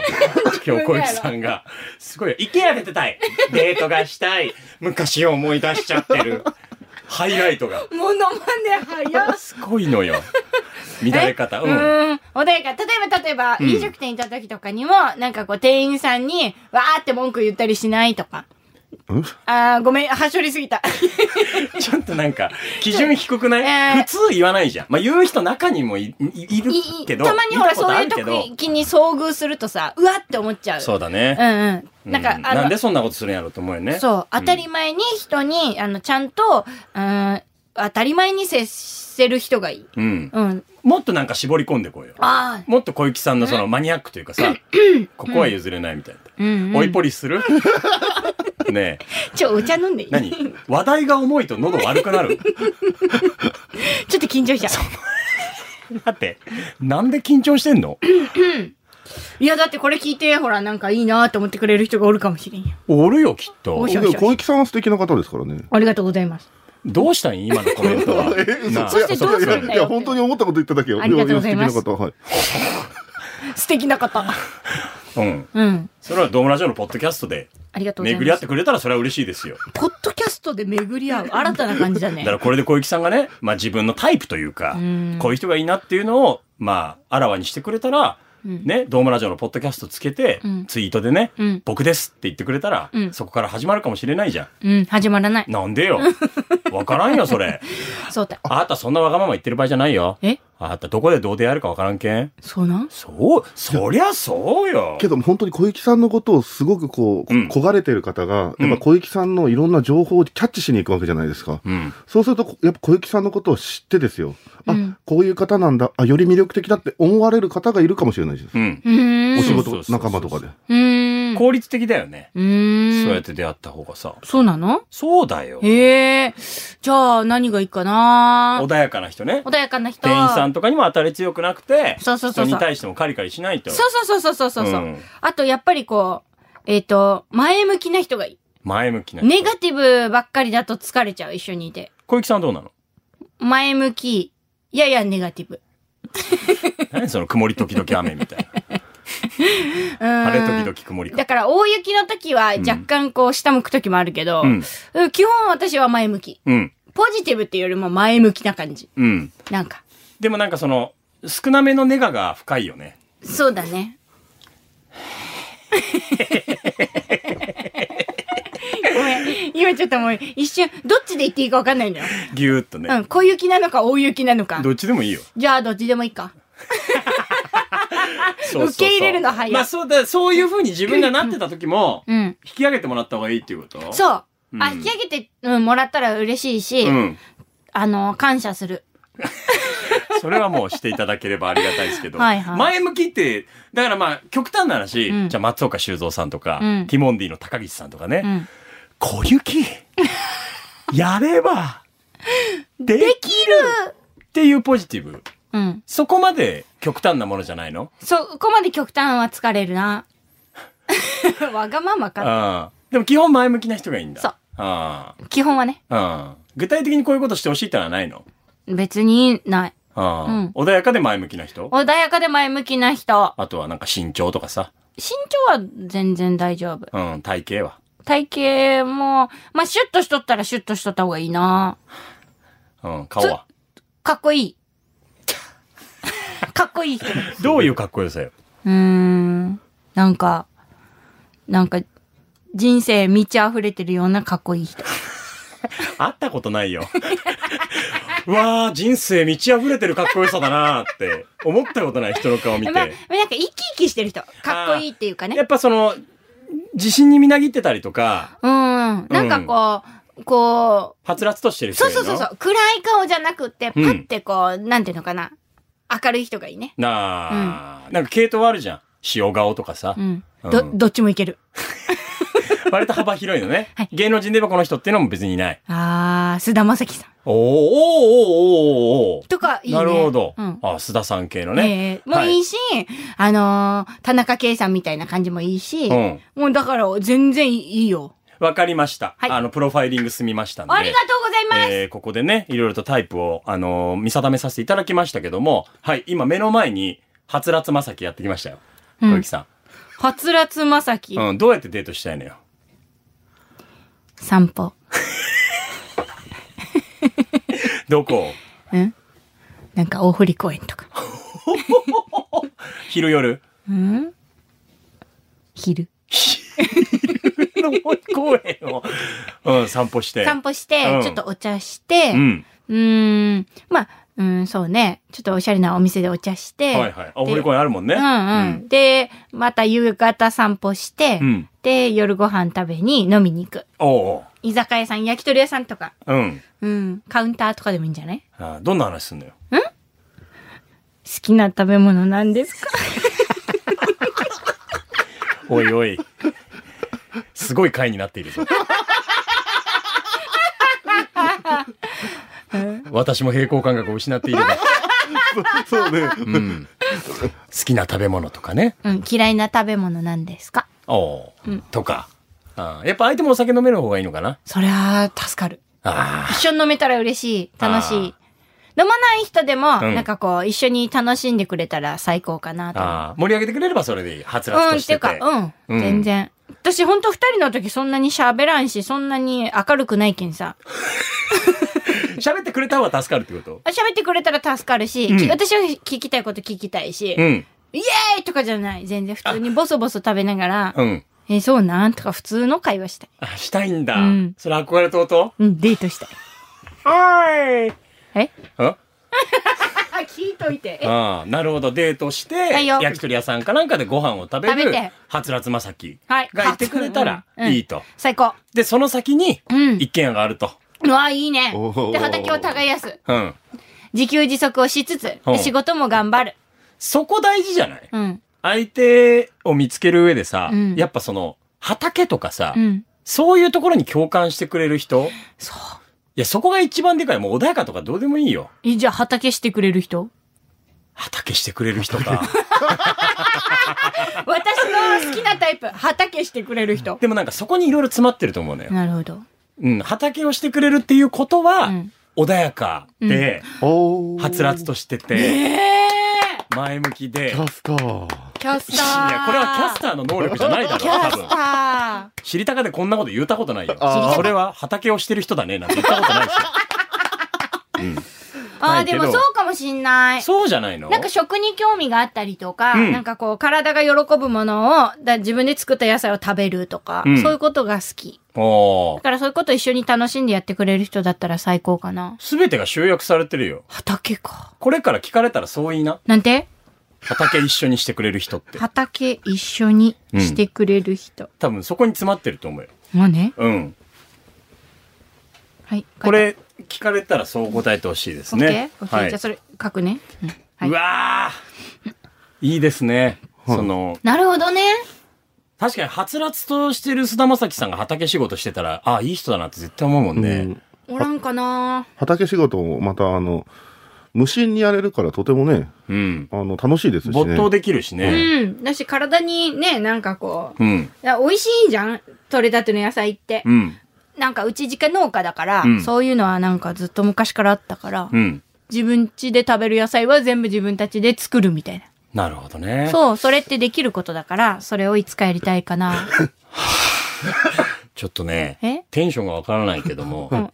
Speaker 1: 今日小雪さんが。すごい。イケアで出たい。デートがしたい。昔を思い出しちゃってる。ハイライトが。
Speaker 2: て。モノマネ早っ。
Speaker 1: すごいのよ。乱れ方。
Speaker 2: う
Speaker 1: うん。
Speaker 2: ーん。穏やか。例えば、例えば、
Speaker 1: ん
Speaker 2: 飲食店行った時とかにも、なんかこう、店員さんに、わーって文句言ったりしないとか。
Speaker 3: ん
Speaker 2: あー、ごめん、はしょりすぎた。
Speaker 1: ちょっとなんか、基準低くない、
Speaker 2: えー
Speaker 1: 普通言わないじゃん。まあ、言う人中にもいいいる
Speaker 2: いい
Speaker 1: けど。
Speaker 2: たまにほ
Speaker 1: 見た
Speaker 2: ら、
Speaker 1: こ
Speaker 2: そう
Speaker 1: あ
Speaker 2: いう
Speaker 1: るけど
Speaker 2: 時に遭遇するとさ、うわって思っちゃう。。
Speaker 1: そううだね。
Speaker 2: んうん。なんか、
Speaker 1: うん
Speaker 2: あ
Speaker 1: なん
Speaker 2: の
Speaker 1: で、そんなことするんやろうと思うよね。
Speaker 2: そう、当たり前に人に、あの、ちゃんと、うん、当たり前に接せる人がいい。
Speaker 1: うん。
Speaker 2: うん。
Speaker 1: もっとなんか絞り込んでこうよ。
Speaker 2: ああ。
Speaker 1: もっと小雪さんのそのマニアックというか さ、ここは譲れないみたいな。
Speaker 2: うん、う
Speaker 1: 追い
Speaker 2: ん。
Speaker 1: ポリするねえ。
Speaker 2: ちょ、お茶飲んでいい
Speaker 1: 何話題が重いと喉悪くな る
Speaker 2: ちょっと緊張した。
Speaker 1: だって、なんで緊張してんの
Speaker 2: いや、だってこれ聞いて、ほら、なんかいいなと思ってくれる人がおるかもしれんよ。
Speaker 1: おるよ、きっと
Speaker 2: おし。
Speaker 3: でも小雪さんは素敵な方ですからね。。
Speaker 2: ありがとうございます。
Speaker 1: どうしたん今のコメントは
Speaker 3: え、嘘
Speaker 1: なあ
Speaker 2: そしてどうするんだよ
Speaker 3: いや、本当に思ったこと言っただけよ。
Speaker 2: ありがとうございます
Speaker 3: でも素敵な方、はい。
Speaker 2: 素敵な方。
Speaker 1: うん。
Speaker 2: うん。
Speaker 1: それはドームラジオのポッドキャストで
Speaker 2: ありがとうござい
Speaker 1: 巡
Speaker 2: ます。
Speaker 1: り合ってくれたらそれは嬉しいですよ。
Speaker 2: ポッドキャストで巡り合う。新たな感じだ
Speaker 1: だ
Speaker 2: ね
Speaker 1: か。らこれで小雪さんがね、まあ自分のタイプというか、
Speaker 2: ん
Speaker 1: こういう人がいいなっていうのを、まあ、あらわにしてくれたら、
Speaker 2: うん
Speaker 1: ね、ドームラジオのポッドキャストつけて、
Speaker 2: うん
Speaker 1: ツイートでね、
Speaker 2: うん
Speaker 1: 僕ですって言ってくれたら、
Speaker 2: うん
Speaker 1: そこから始まるかもしれないじゃ
Speaker 2: うん、始まらない
Speaker 1: ん。。なんで よ。わからんよ、それ。
Speaker 2: そうだ。
Speaker 1: あなたそんなわがまま言ってる場合じゃないよ。
Speaker 2: え
Speaker 1: あなたどこでどう出会えるかわからんけん。
Speaker 2: そうなん
Speaker 1: そう、そりゃそうよ。
Speaker 3: けど本当に小雪さんのことをすごくこう、
Speaker 1: うん
Speaker 3: 焦がれてる方が、
Speaker 1: うん
Speaker 3: やっぱ小雪さんのいろんな情報をキャッチしに行くわけじゃないですか。
Speaker 1: うん。
Speaker 3: そうすると、こやっぱ小雪さんのことを知ってですよ。あ、
Speaker 2: うん
Speaker 3: こういう方なんだ。あ、より魅力的だって思われる方がいるかもしれないです。
Speaker 1: うん。
Speaker 2: うーん。
Speaker 3: お仕
Speaker 1: そうそうそう
Speaker 3: 事
Speaker 1: そう
Speaker 3: 仲間とかで。
Speaker 2: うーん。
Speaker 1: 効率的だよね。
Speaker 2: うーん。
Speaker 1: そうやって出会った方がさ。
Speaker 2: そうなの
Speaker 1: そうだよ。
Speaker 2: へえ。じゃあ、何がいいかな
Speaker 1: 穏やかな人ね。
Speaker 2: 穏やかな人。
Speaker 1: 店員さんとかにも当たり強くなくて、
Speaker 2: そうそうそうそう
Speaker 1: 人に対してもカリカリしないと。
Speaker 2: そうそうそうそうそうそう。
Speaker 1: うん
Speaker 2: あと、やっぱりこう、えっ、と、前向きな人がいい。
Speaker 1: 前向きな人。
Speaker 2: ネガティブばっかりだと疲れちゃう、一緒にいて。
Speaker 1: 小雪さんどうな の
Speaker 2: 前向き、ややネガティブ。
Speaker 1: 何その曇り時々雨みたいな。
Speaker 2: 晴
Speaker 1: 晴れ時々曇り
Speaker 2: だ
Speaker 1: か。
Speaker 2: から、大雪の時は若干こう、下向く時もあるけど、
Speaker 1: うん。
Speaker 2: うん基本私は前向き。
Speaker 1: うん。
Speaker 2: ポジティブっていうよりも前向きな感じ。
Speaker 1: うん。
Speaker 2: なんか。
Speaker 1: でもなんかその、少なめのネガが深いよね。
Speaker 2: そうだね。ごめん。今ちょっともう一瞬、どっちで言っていいかわかんないんだよ。
Speaker 1: ぎゅーっと
Speaker 2: う
Speaker 1: ね。
Speaker 2: ん。小雪なのか大雪なのか。
Speaker 1: どっちでもいいよ。
Speaker 2: じゃあどっちでもいいか。
Speaker 1: そうそうそう
Speaker 2: 受け入れるの早い
Speaker 1: まあそうだ、そういう風に自分がなってた時も、
Speaker 2: うん。
Speaker 1: 引き上げてもらった方がいいっていうこと。
Speaker 2: そうう。
Speaker 1: うん
Speaker 2: あ、引き上げて、うん、もらったら嬉しいし、
Speaker 1: うん。
Speaker 2: あの、感謝する。
Speaker 1: それはもうしていただければありがたいですけど、
Speaker 2: はいはい
Speaker 1: 前向きって、だからまあ、極端な話、
Speaker 2: うん
Speaker 1: じゃあ松岡修造さんとか、
Speaker 2: うん
Speaker 1: ティモンディの高岸さんとかね、
Speaker 2: うん。
Speaker 1: 小雪、 やれ ば、できるっていうポジティブ。
Speaker 2: うん。
Speaker 1: そこまで極端なものじゃないの
Speaker 2: そこまで極端は疲れ るな。わがままか。
Speaker 1: うん。でも基本前向きな人がいいんだ。
Speaker 2: そう
Speaker 1: あ
Speaker 2: 基本はね。
Speaker 1: あ。うん。具体的にこういうことしてほしいってのはないの
Speaker 2: 別にない。
Speaker 1: ああ、
Speaker 2: うん
Speaker 1: 穏やかで前向きな人
Speaker 2: 穏やかで前向きな人。
Speaker 1: あとはなんか身長とかさ。
Speaker 2: 身長は全然大丈夫。
Speaker 1: うん、体型は。
Speaker 2: 体型も、まあ、シュッとしとったらシュッとしとった方がいいな。
Speaker 1: うん、顔は。
Speaker 2: かっこ いい。かっこいい人。う
Speaker 1: どういうかっこよさよ。
Speaker 2: ーん。なんか、なんか、人生満ち溢れてるようなかっこいい人。
Speaker 1: 会ったことないよ。 うわあ、人生満ち溢れてるかっこよさだなーって思ったことない人の顔見て。
Speaker 2: まあ、なんか生き生きしてる人。かっこいいっていうかね
Speaker 1: や。っぱその、自信にみなぎってたりとか、
Speaker 2: うん。なんかこう、こ
Speaker 1: はつらつとしてる
Speaker 2: う、
Speaker 1: 人
Speaker 2: そ
Speaker 1: いうるの
Speaker 2: そうそうそう、暗い顔じゃなくて、パ
Speaker 1: うん
Speaker 2: ッてこう、なんていうのかな。明るい人がいいね。
Speaker 1: なあ、なんか系統あるじゃん。塩顔とかさ
Speaker 2: う。ん。
Speaker 1: う
Speaker 2: ど、
Speaker 1: ん
Speaker 2: どっちもいける。
Speaker 1: 割と幅広いのね。
Speaker 2: はい
Speaker 1: 芸能人で言えばこの人っていうのも別にいない。
Speaker 2: あー、菅田将暉さん。
Speaker 1: おーおーおーおーおー
Speaker 2: とか、いいね。
Speaker 1: なるほど。
Speaker 2: うん。
Speaker 1: あ、須田さん系のね。
Speaker 2: ねえもういいし、あのー田中圭さんみたいな感じもいいし、
Speaker 1: うん。
Speaker 2: もうだから全然いいよ。
Speaker 1: わかりました。
Speaker 2: はい
Speaker 1: あの、プロファイリング済みましたんで。
Speaker 2: ありがとうございます、
Speaker 1: えーここでね、いろいろとタイプを、あのー見定めさせていただきましたけども、はい、今目の前に、はつらつまさきやってきましたよ。
Speaker 2: うん
Speaker 1: 小雪さ
Speaker 2: はつらつまさき、
Speaker 1: ん。うん、どうやってデートしたいのよ。
Speaker 2: 散歩。
Speaker 1: どこ
Speaker 2: うんなんか大堀公園 とか。
Speaker 1: 昼 夜
Speaker 2: うん昼。
Speaker 1: の公園を、うん、散歩して。
Speaker 2: 散歩して、
Speaker 1: うん
Speaker 2: ちょっとお茶して、う
Speaker 1: うん。
Speaker 2: ーん、まあ、うん、そうね。ちょっとおしゃれなお店でお茶して、
Speaker 1: はいはい。あ、お堀公園あるもんね。
Speaker 2: うんうん。で、また夕方散歩して、
Speaker 1: うん。うん。
Speaker 2: で、夜ご飯食べに飲みに行く。
Speaker 1: おう
Speaker 2: 居酒屋さん、焼き鳥屋さんとか、
Speaker 1: おううん。
Speaker 2: うん、カウンターとかでもいいんじゃない
Speaker 1: あどんな話すんのよ。
Speaker 2: 好きな食べ物なんですか
Speaker 1: おいおい。すごい回になっている ぞ。私も平行感覚を失っていれば。
Speaker 3: そうね。
Speaker 1: うん、好きな食べ物とかね。
Speaker 2: うん、嫌いな食べ物なんですか
Speaker 1: おうとか。あーやっぱ相手もお酒飲める方がいいのかな。
Speaker 2: そりゃ、助かる。
Speaker 1: あ
Speaker 2: 一緒に飲めたら嬉しい。楽しい。
Speaker 1: あ
Speaker 2: 飲まない人でも、
Speaker 1: うん
Speaker 2: なんかこう、一緒に楽しんでくれたら最高かな
Speaker 1: ー
Speaker 2: と思う。
Speaker 1: あー、盛り上げてくれればそれでいい。はつらつ
Speaker 2: うん、
Speaker 1: と
Speaker 2: っ
Speaker 1: して
Speaker 2: い
Speaker 1: て
Speaker 2: う
Speaker 1: て。
Speaker 2: か、うん、
Speaker 1: うん
Speaker 2: 全然。私ほんと二人の時そんなに喋らんし、そんなに明るくないけんさ。
Speaker 1: 喋ってくれた方が助かるってこと。
Speaker 2: あ喋ってくれたら助かるし、
Speaker 1: うん
Speaker 2: き私は聞きたいこと聞きたいし、
Speaker 1: うん。
Speaker 2: イエーイとかじゃない。全然普通にボソボソ食べながら、
Speaker 1: うん。
Speaker 2: え、そうなんとか普通の会話したい。
Speaker 1: あ、したいんだ。
Speaker 2: うん
Speaker 1: それ憧れとうと
Speaker 2: うん、デートしたい。
Speaker 1: は
Speaker 2: え
Speaker 1: ーい。ん
Speaker 2: あ、 聞いといて。え
Speaker 1: ああ、なるほど。デートして、
Speaker 2: はいよ
Speaker 1: 焼き鳥屋さんかなんかでご飯を食べ
Speaker 2: 食べ
Speaker 1: る
Speaker 2: て、
Speaker 1: はつらつまさき
Speaker 2: は
Speaker 1: が
Speaker 2: い
Speaker 1: いてくれたら
Speaker 2: うんうん
Speaker 1: いいと。
Speaker 2: 最高。
Speaker 1: で、その先に
Speaker 2: うん、
Speaker 1: 一軒家があると。
Speaker 2: うわ、いいね
Speaker 3: おー。
Speaker 2: で、畑を耕す。
Speaker 1: うん。
Speaker 2: 自給自足をしつつ
Speaker 1: う、ん
Speaker 2: 仕事も頑張る。
Speaker 1: そこ大事じゃない
Speaker 2: うん。
Speaker 1: 相手を見つける上でさ
Speaker 2: うん、
Speaker 1: やっぱその、畑とかさ
Speaker 2: う、ん。
Speaker 1: そういうところに共感してくれる人
Speaker 2: そう。
Speaker 1: いや、そこが一番でかい。もう穏やかとかどうでもいいよ。
Speaker 2: え、じゃあ畑してくれる人
Speaker 1: 畑してくれる人か。
Speaker 2: 私の好きなタイプ、畑してくれる人。
Speaker 1: でもなんかそこにいろいろ詰まってると思うのよ。
Speaker 2: なるほど。
Speaker 1: うん、畑をしてくれるっていうこと
Speaker 2: う
Speaker 1: は
Speaker 2: ん、
Speaker 1: 穏やかで、
Speaker 3: おー
Speaker 1: はつらつとしてて、
Speaker 2: ええ
Speaker 1: 前向きで。い
Speaker 3: キ
Speaker 1: や、
Speaker 3: ャスター。
Speaker 2: キャスター。
Speaker 1: これはキャスターの能力じゃないだろ、
Speaker 2: キャ
Speaker 1: 多
Speaker 2: ス
Speaker 1: 分。
Speaker 2: タ
Speaker 1: 知りたかでこんなこと言ったことないよ
Speaker 3: あ。ー
Speaker 1: それは畑をしてる人だね、なんて言ったことないし。うん。
Speaker 2: ー。あ
Speaker 1: な
Speaker 2: あ、
Speaker 1: いけ
Speaker 2: で
Speaker 1: ど
Speaker 2: もそうかもしんない。
Speaker 1: そうじゃないの
Speaker 2: なんか食に興味があったりとか、
Speaker 1: うん
Speaker 2: なんかこう体が喜ぶものをだ自分で作った野菜を食べるとか、
Speaker 1: うん
Speaker 2: そういうことが好き。
Speaker 1: お
Speaker 2: だからそういうこと一緒に楽しんでやってくれる人だったら最高かな。
Speaker 1: すべてが集約されてるよ。
Speaker 2: 畑か。
Speaker 1: これから聞かれたらそう言いな。
Speaker 2: なんて
Speaker 1: 畑一緒にしてくれる人って。
Speaker 2: 畑一緒にしてくれる人。
Speaker 1: 多分そこに詰まってると思うよ。
Speaker 2: まあね。
Speaker 1: うん。
Speaker 2: はい。
Speaker 1: これ、聞かれたたらそう答えてほしいです
Speaker 2: 書いて、
Speaker 1: ね。
Speaker 2: オッケーオッケー
Speaker 1: はい
Speaker 2: じゃあ。それ書くね。うんはいう
Speaker 1: わーいいですね。
Speaker 3: はい
Speaker 1: その、
Speaker 2: なるほどね。
Speaker 1: 確かにはつらつとしてる菅田将暉さんが畑仕事してたら、ああ、いい人だなって絶対思うもんね。
Speaker 3: うん
Speaker 2: おらんかな
Speaker 3: 畑仕事もまたあの無心にやれるからとてもね
Speaker 1: うん。
Speaker 3: あの楽しいですしね
Speaker 1: 没頭できるし
Speaker 2: う
Speaker 1: ね。
Speaker 2: ん。だし、体にね、なんかこう、
Speaker 1: うん。
Speaker 2: いや美味しいじゃん取れたての野菜って。
Speaker 1: うん。
Speaker 2: なんか、うち実家農家だから、
Speaker 1: うん
Speaker 2: そういうのはなんかずっと昔からあったから、
Speaker 1: うん。
Speaker 2: 自分家で食べる野菜は全部自分たちで作るみたいな。
Speaker 1: なるほどね。
Speaker 2: そう、それってできることだから、それをいつかやりたい かな。
Speaker 1: ちょっとね
Speaker 2: え、
Speaker 1: テンションがわからないけども、
Speaker 2: ん
Speaker 1: 今。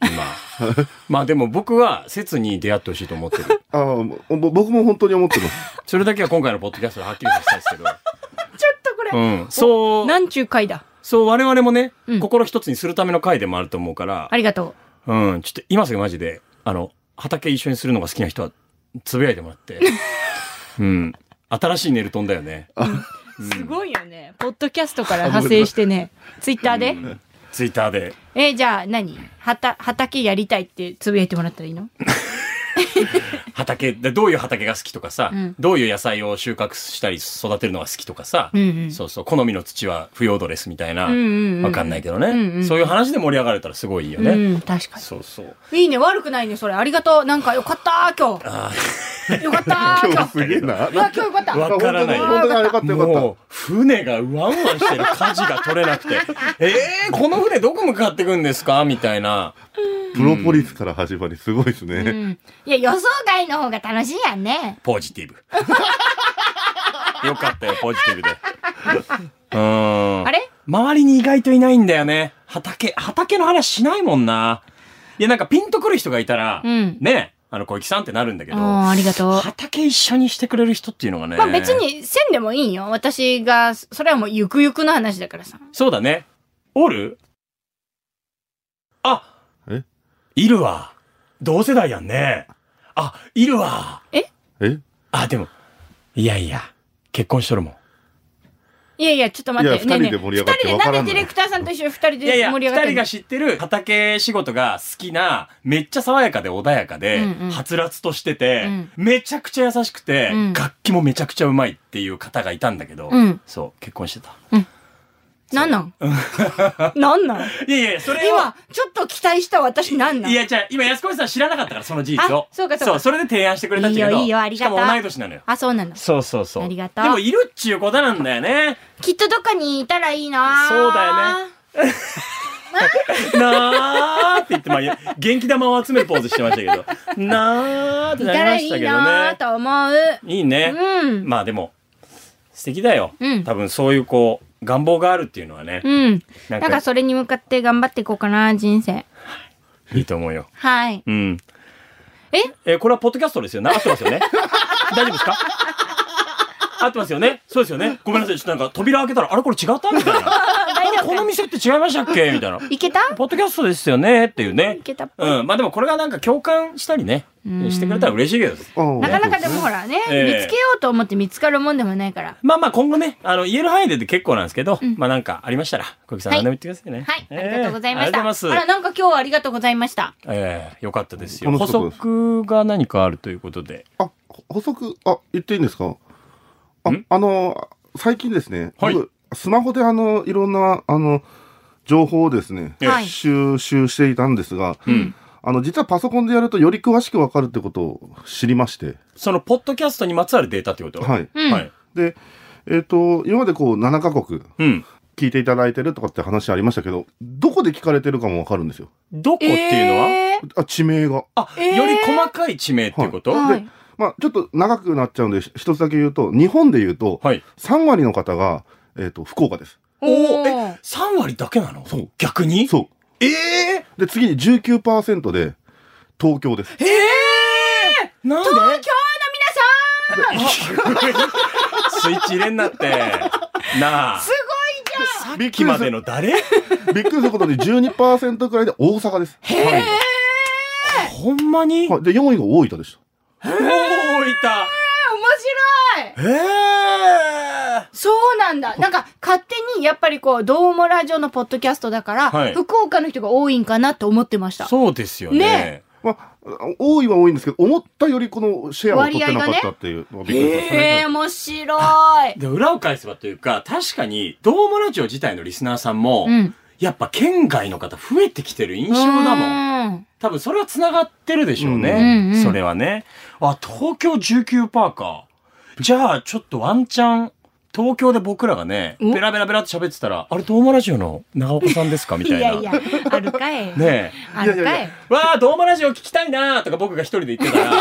Speaker 1: まあでも僕は説に出会ってほしいと思って る。
Speaker 3: ああもうぼ僕も本当に思ってます
Speaker 1: それだけは今回のポッドキャストではっきりさせたいですけ ど。
Speaker 2: ちょっとこれ、
Speaker 1: うん。そう、
Speaker 2: なんちゅう回だ。
Speaker 1: そう我々もね、
Speaker 2: うん
Speaker 1: 心一つにするための回でもあると思うから
Speaker 2: あ、りがとう。
Speaker 1: うん、ちょっと今すぐマジで、あの、畑一緒にするのが好きな人は、つぶやいてもら って。うん。新しいネルトンだよね。
Speaker 2: すごいよね。ポッドキャストから派生してね、ツイッターで。
Speaker 1: ツイッターで。
Speaker 2: えーじゃあ何はた、畑やりたいってつぶやいてもらったらいいの
Speaker 1: 畑、でどういう畑が好きとかさ、
Speaker 2: うん
Speaker 1: どういう野菜を収穫したり育てるのが好きとかさ、
Speaker 2: うんうん
Speaker 1: そうそう、好みの土は腐葉土ですみたいな、わ、
Speaker 2: うんうんうん
Speaker 1: かんないけどね、
Speaker 2: うんうん
Speaker 1: そういう話で盛り上がれたらすごいいいよね。
Speaker 2: うん、確か
Speaker 1: そうそう。
Speaker 2: に。いいね、悪くないね、それ。ありがとう。なんかよかったー、今
Speaker 1: あ
Speaker 2: 日。よかったー、
Speaker 3: 今
Speaker 2: 今
Speaker 3: 日
Speaker 2: 日。
Speaker 3: すげえ な
Speaker 2: うわ、今日よかった。
Speaker 1: わ
Speaker 2: う
Speaker 1: からない
Speaker 3: 本当にあよかっ
Speaker 1: あ、
Speaker 3: たよかった
Speaker 1: もう、船がワンワンしてる舵が取れなくて、えー、この船どこ向かってくんですかみたいな。
Speaker 3: プロポリスから始まりすごいですね、
Speaker 2: ん。いや、予想外の方が楽しいやんね。
Speaker 1: ポジティブ。 よかったよ、ポジティブで。うん。
Speaker 2: あれ
Speaker 1: 周りに意外といないんだよね。畑、畑の話しないもんな。いや、なんかピンとくる人がいたら、
Speaker 2: うん
Speaker 1: ね、あの、小池さんってなるんだけど、
Speaker 2: あーありがとう
Speaker 1: 畑一緒にしてくれる人っていうのがね。
Speaker 2: まあ別。に、せんでもいいよ。私が、それはもうゆくゆくの話だからさ。
Speaker 1: そうだね。おるあ
Speaker 3: え
Speaker 1: いるわ。同世代やんね。あ、いるわ。
Speaker 3: え
Speaker 1: あ、でも、いやいや、結婚しとるもん。
Speaker 2: いやいや、ちょっと待って。
Speaker 3: いや二人で盛り上がっ
Speaker 2: ね
Speaker 3: て
Speaker 2: えねえ二
Speaker 3: わか
Speaker 2: 人で、
Speaker 3: ら
Speaker 2: なんんで
Speaker 3: の
Speaker 2: ディレクターさんと一緒に二人
Speaker 1: いやい
Speaker 2: で
Speaker 1: や、
Speaker 2: 盛り
Speaker 1: 二
Speaker 2: 上がって
Speaker 1: 人
Speaker 2: んの
Speaker 1: が知ってる畑仕事が好きな、めっちゃ爽やかで穏やかで、
Speaker 2: うんうん
Speaker 1: はつらつとしてて、
Speaker 2: うん
Speaker 1: めちゃくちゃ優しくて、
Speaker 2: うん
Speaker 1: 楽器もめちゃくちゃうまいっていう方がいたんだけど、
Speaker 2: うん
Speaker 1: そう、結婚してた。
Speaker 2: なんなんなんなん
Speaker 1: いやいや、それを、
Speaker 2: 今、ちょっと期待した私なんなん
Speaker 1: いや、じゃあ、今安子さん知らなかったから、その事実を
Speaker 2: あ。そうかそうか
Speaker 1: そう、それで提案してくれたんだけど。
Speaker 2: いいよいいよありがとう
Speaker 1: しかも同い年なのよ。
Speaker 2: あ、そうなの。
Speaker 1: そうそうそう。
Speaker 2: ありがとう
Speaker 1: でもいるっちゅうことなんだよね。
Speaker 2: きっとどっかにいたらいいな
Speaker 1: そうだよ
Speaker 2: ね。
Speaker 1: なーって言って、まあ、元気玉を集めるポーズしてましたけど。なーって
Speaker 2: い
Speaker 1: な
Speaker 2: た
Speaker 1: り
Speaker 2: ら
Speaker 1: ま
Speaker 2: い
Speaker 1: し
Speaker 2: い
Speaker 1: たけ
Speaker 2: な
Speaker 1: ど
Speaker 2: ーと思う。
Speaker 1: ね。いいね。
Speaker 2: うん。
Speaker 1: まあでも、素敵だよ。
Speaker 2: うん
Speaker 1: 多分そういうこう、願望があるっていうのはね、
Speaker 2: うん。
Speaker 1: な
Speaker 2: なん
Speaker 1: んか
Speaker 2: かそれに向かって頑張っていこうかな、人生。
Speaker 1: いいと思うよ。
Speaker 2: はい。
Speaker 1: うん。
Speaker 2: え
Speaker 1: え、これはポッドキャストですよね。合ってますよね。 大丈夫ですか合ってますよね。そうですよね。ごめんなさい。ちょっとなんか扉開けたら、あれこれ違ったみたいな。
Speaker 2: 大
Speaker 1: この店って違いましたっけみたいな。
Speaker 2: いけた
Speaker 1: ポッドキャストですよねっていうね
Speaker 2: い。けたっぽい。
Speaker 1: うん。まあでもこれがなんか共感したりね、
Speaker 2: ん
Speaker 1: してくれたら嬉しいけど。
Speaker 3: ああ
Speaker 2: なかなかでもほらね、
Speaker 1: ええ
Speaker 2: 見つけようと思って見つかるもんでもないから。
Speaker 1: まあまあ今後ね、あの、言える範囲でで結構なんですけど、まあなんかありましたら、小木さん
Speaker 2: は
Speaker 1: 何
Speaker 2: い
Speaker 1: でも言ってくださいね。
Speaker 2: はい、
Speaker 1: え
Speaker 2: あ
Speaker 1: え
Speaker 2: りがとうございま
Speaker 1: ありがとうご
Speaker 2: した。
Speaker 1: ざい
Speaker 2: あ
Speaker 1: ます
Speaker 2: ら、。なんか今日はありがとうございました。
Speaker 1: ええよかったですよ。
Speaker 3: この
Speaker 1: 補
Speaker 3: 人
Speaker 1: 足が何かあるということで。
Speaker 3: あ、補足、あ、言っていいんですかあ
Speaker 1: ん、
Speaker 3: あの、最近ですね、
Speaker 1: はい
Speaker 3: 僕スマホであの、いろんな、あの、情報をですね、
Speaker 1: はい
Speaker 3: 収集していたんですが、
Speaker 1: うん。
Speaker 3: あの、実はパソコンでやるとより詳しくわかるってことを知りまして、
Speaker 1: その、ポッドキャストにまつわるデータってこと
Speaker 3: はい。
Speaker 2: うん
Speaker 1: はい。
Speaker 3: で、えっ、と、今までこう、7カ国
Speaker 1: うん。
Speaker 3: 聞いていただいてるとかって話ありましたけど、どこで聞かれてるかもわかるんですよ。
Speaker 1: どこっていうのは、
Speaker 2: え
Speaker 3: あ、地名が。
Speaker 1: あ、
Speaker 2: えー
Speaker 1: より細かい地名っていうこと、
Speaker 2: は
Speaker 1: はいい、
Speaker 3: で、まあ、ちょっと長くなっちゃうんで、ひ一つだけ言うと、日本で言うと、3割の方が、えっ、と、福岡です。
Speaker 2: ー、
Speaker 1: おお、
Speaker 2: ー
Speaker 1: え、3割だけなの
Speaker 3: そう。
Speaker 1: 逆に
Speaker 3: そう。
Speaker 1: ええ
Speaker 3: で、次に19%で、東京です。
Speaker 1: ええなんで東京の皆さん スイッチ入れんなって。なあ。
Speaker 2: す
Speaker 1: さっ
Speaker 3: びっく
Speaker 1: き
Speaker 3: り
Speaker 1: ますで
Speaker 3: る、
Speaker 1: の誰
Speaker 3: びっくりすることに12%くらいで大阪です。はい。
Speaker 1: ほんまに、
Speaker 3: はいで、4位が大分でし
Speaker 1: おおいた。
Speaker 2: ごい面白い
Speaker 1: ええ
Speaker 2: そうなんだ。なんか、勝手に、やっぱりこう、どうもラジオのポッドキャストだから、
Speaker 1: はい
Speaker 2: 福岡の人が多いんかなって思ってました。
Speaker 1: そうですよね。
Speaker 2: ね
Speaker 3: まあ、多いは多いんですけど、思ったよりこのシェアを取ってなかったっていうのがびっくりしました
Speaker 2: ええ
Speaker 3: ね。
Speaker 2: 面白い。
Speaker 1: で、裏を返せばというか、確かに、ドームラジオ自体のリスナーさんも、
Speaker 2: うん。
Speaker 1: やっぱ県外の方増えてきてる印象だもん。
Speaker 2: ん。
Speaker 1: 多分それは繋がってるでしょうね。
Speaker 2: うんうん
Speaker 1: それはね。あ、東京19%か。じゃあ、ちょっとワンチャン、東京で僕らがね、
Speaker 2: お
Speaker 1: ペラペラペラって喋ってたら、あれ、ドーマラジオの長岡さんですかみ
Speaker 2: い
Speaker 1: たいな。
Speaker 2: やいや、あるかい。
Speaker 1: ね
Speaker 2: ある
Speaker 3: い
Speaker 2: か
Speaker 3: やい
Speaker 2: い。や
Speaker 3: やい
Speaker 1: え。わあ、ドーマラジオ聞きたいなーとか僕が一人で言ってた ら、
Speaker 2: べ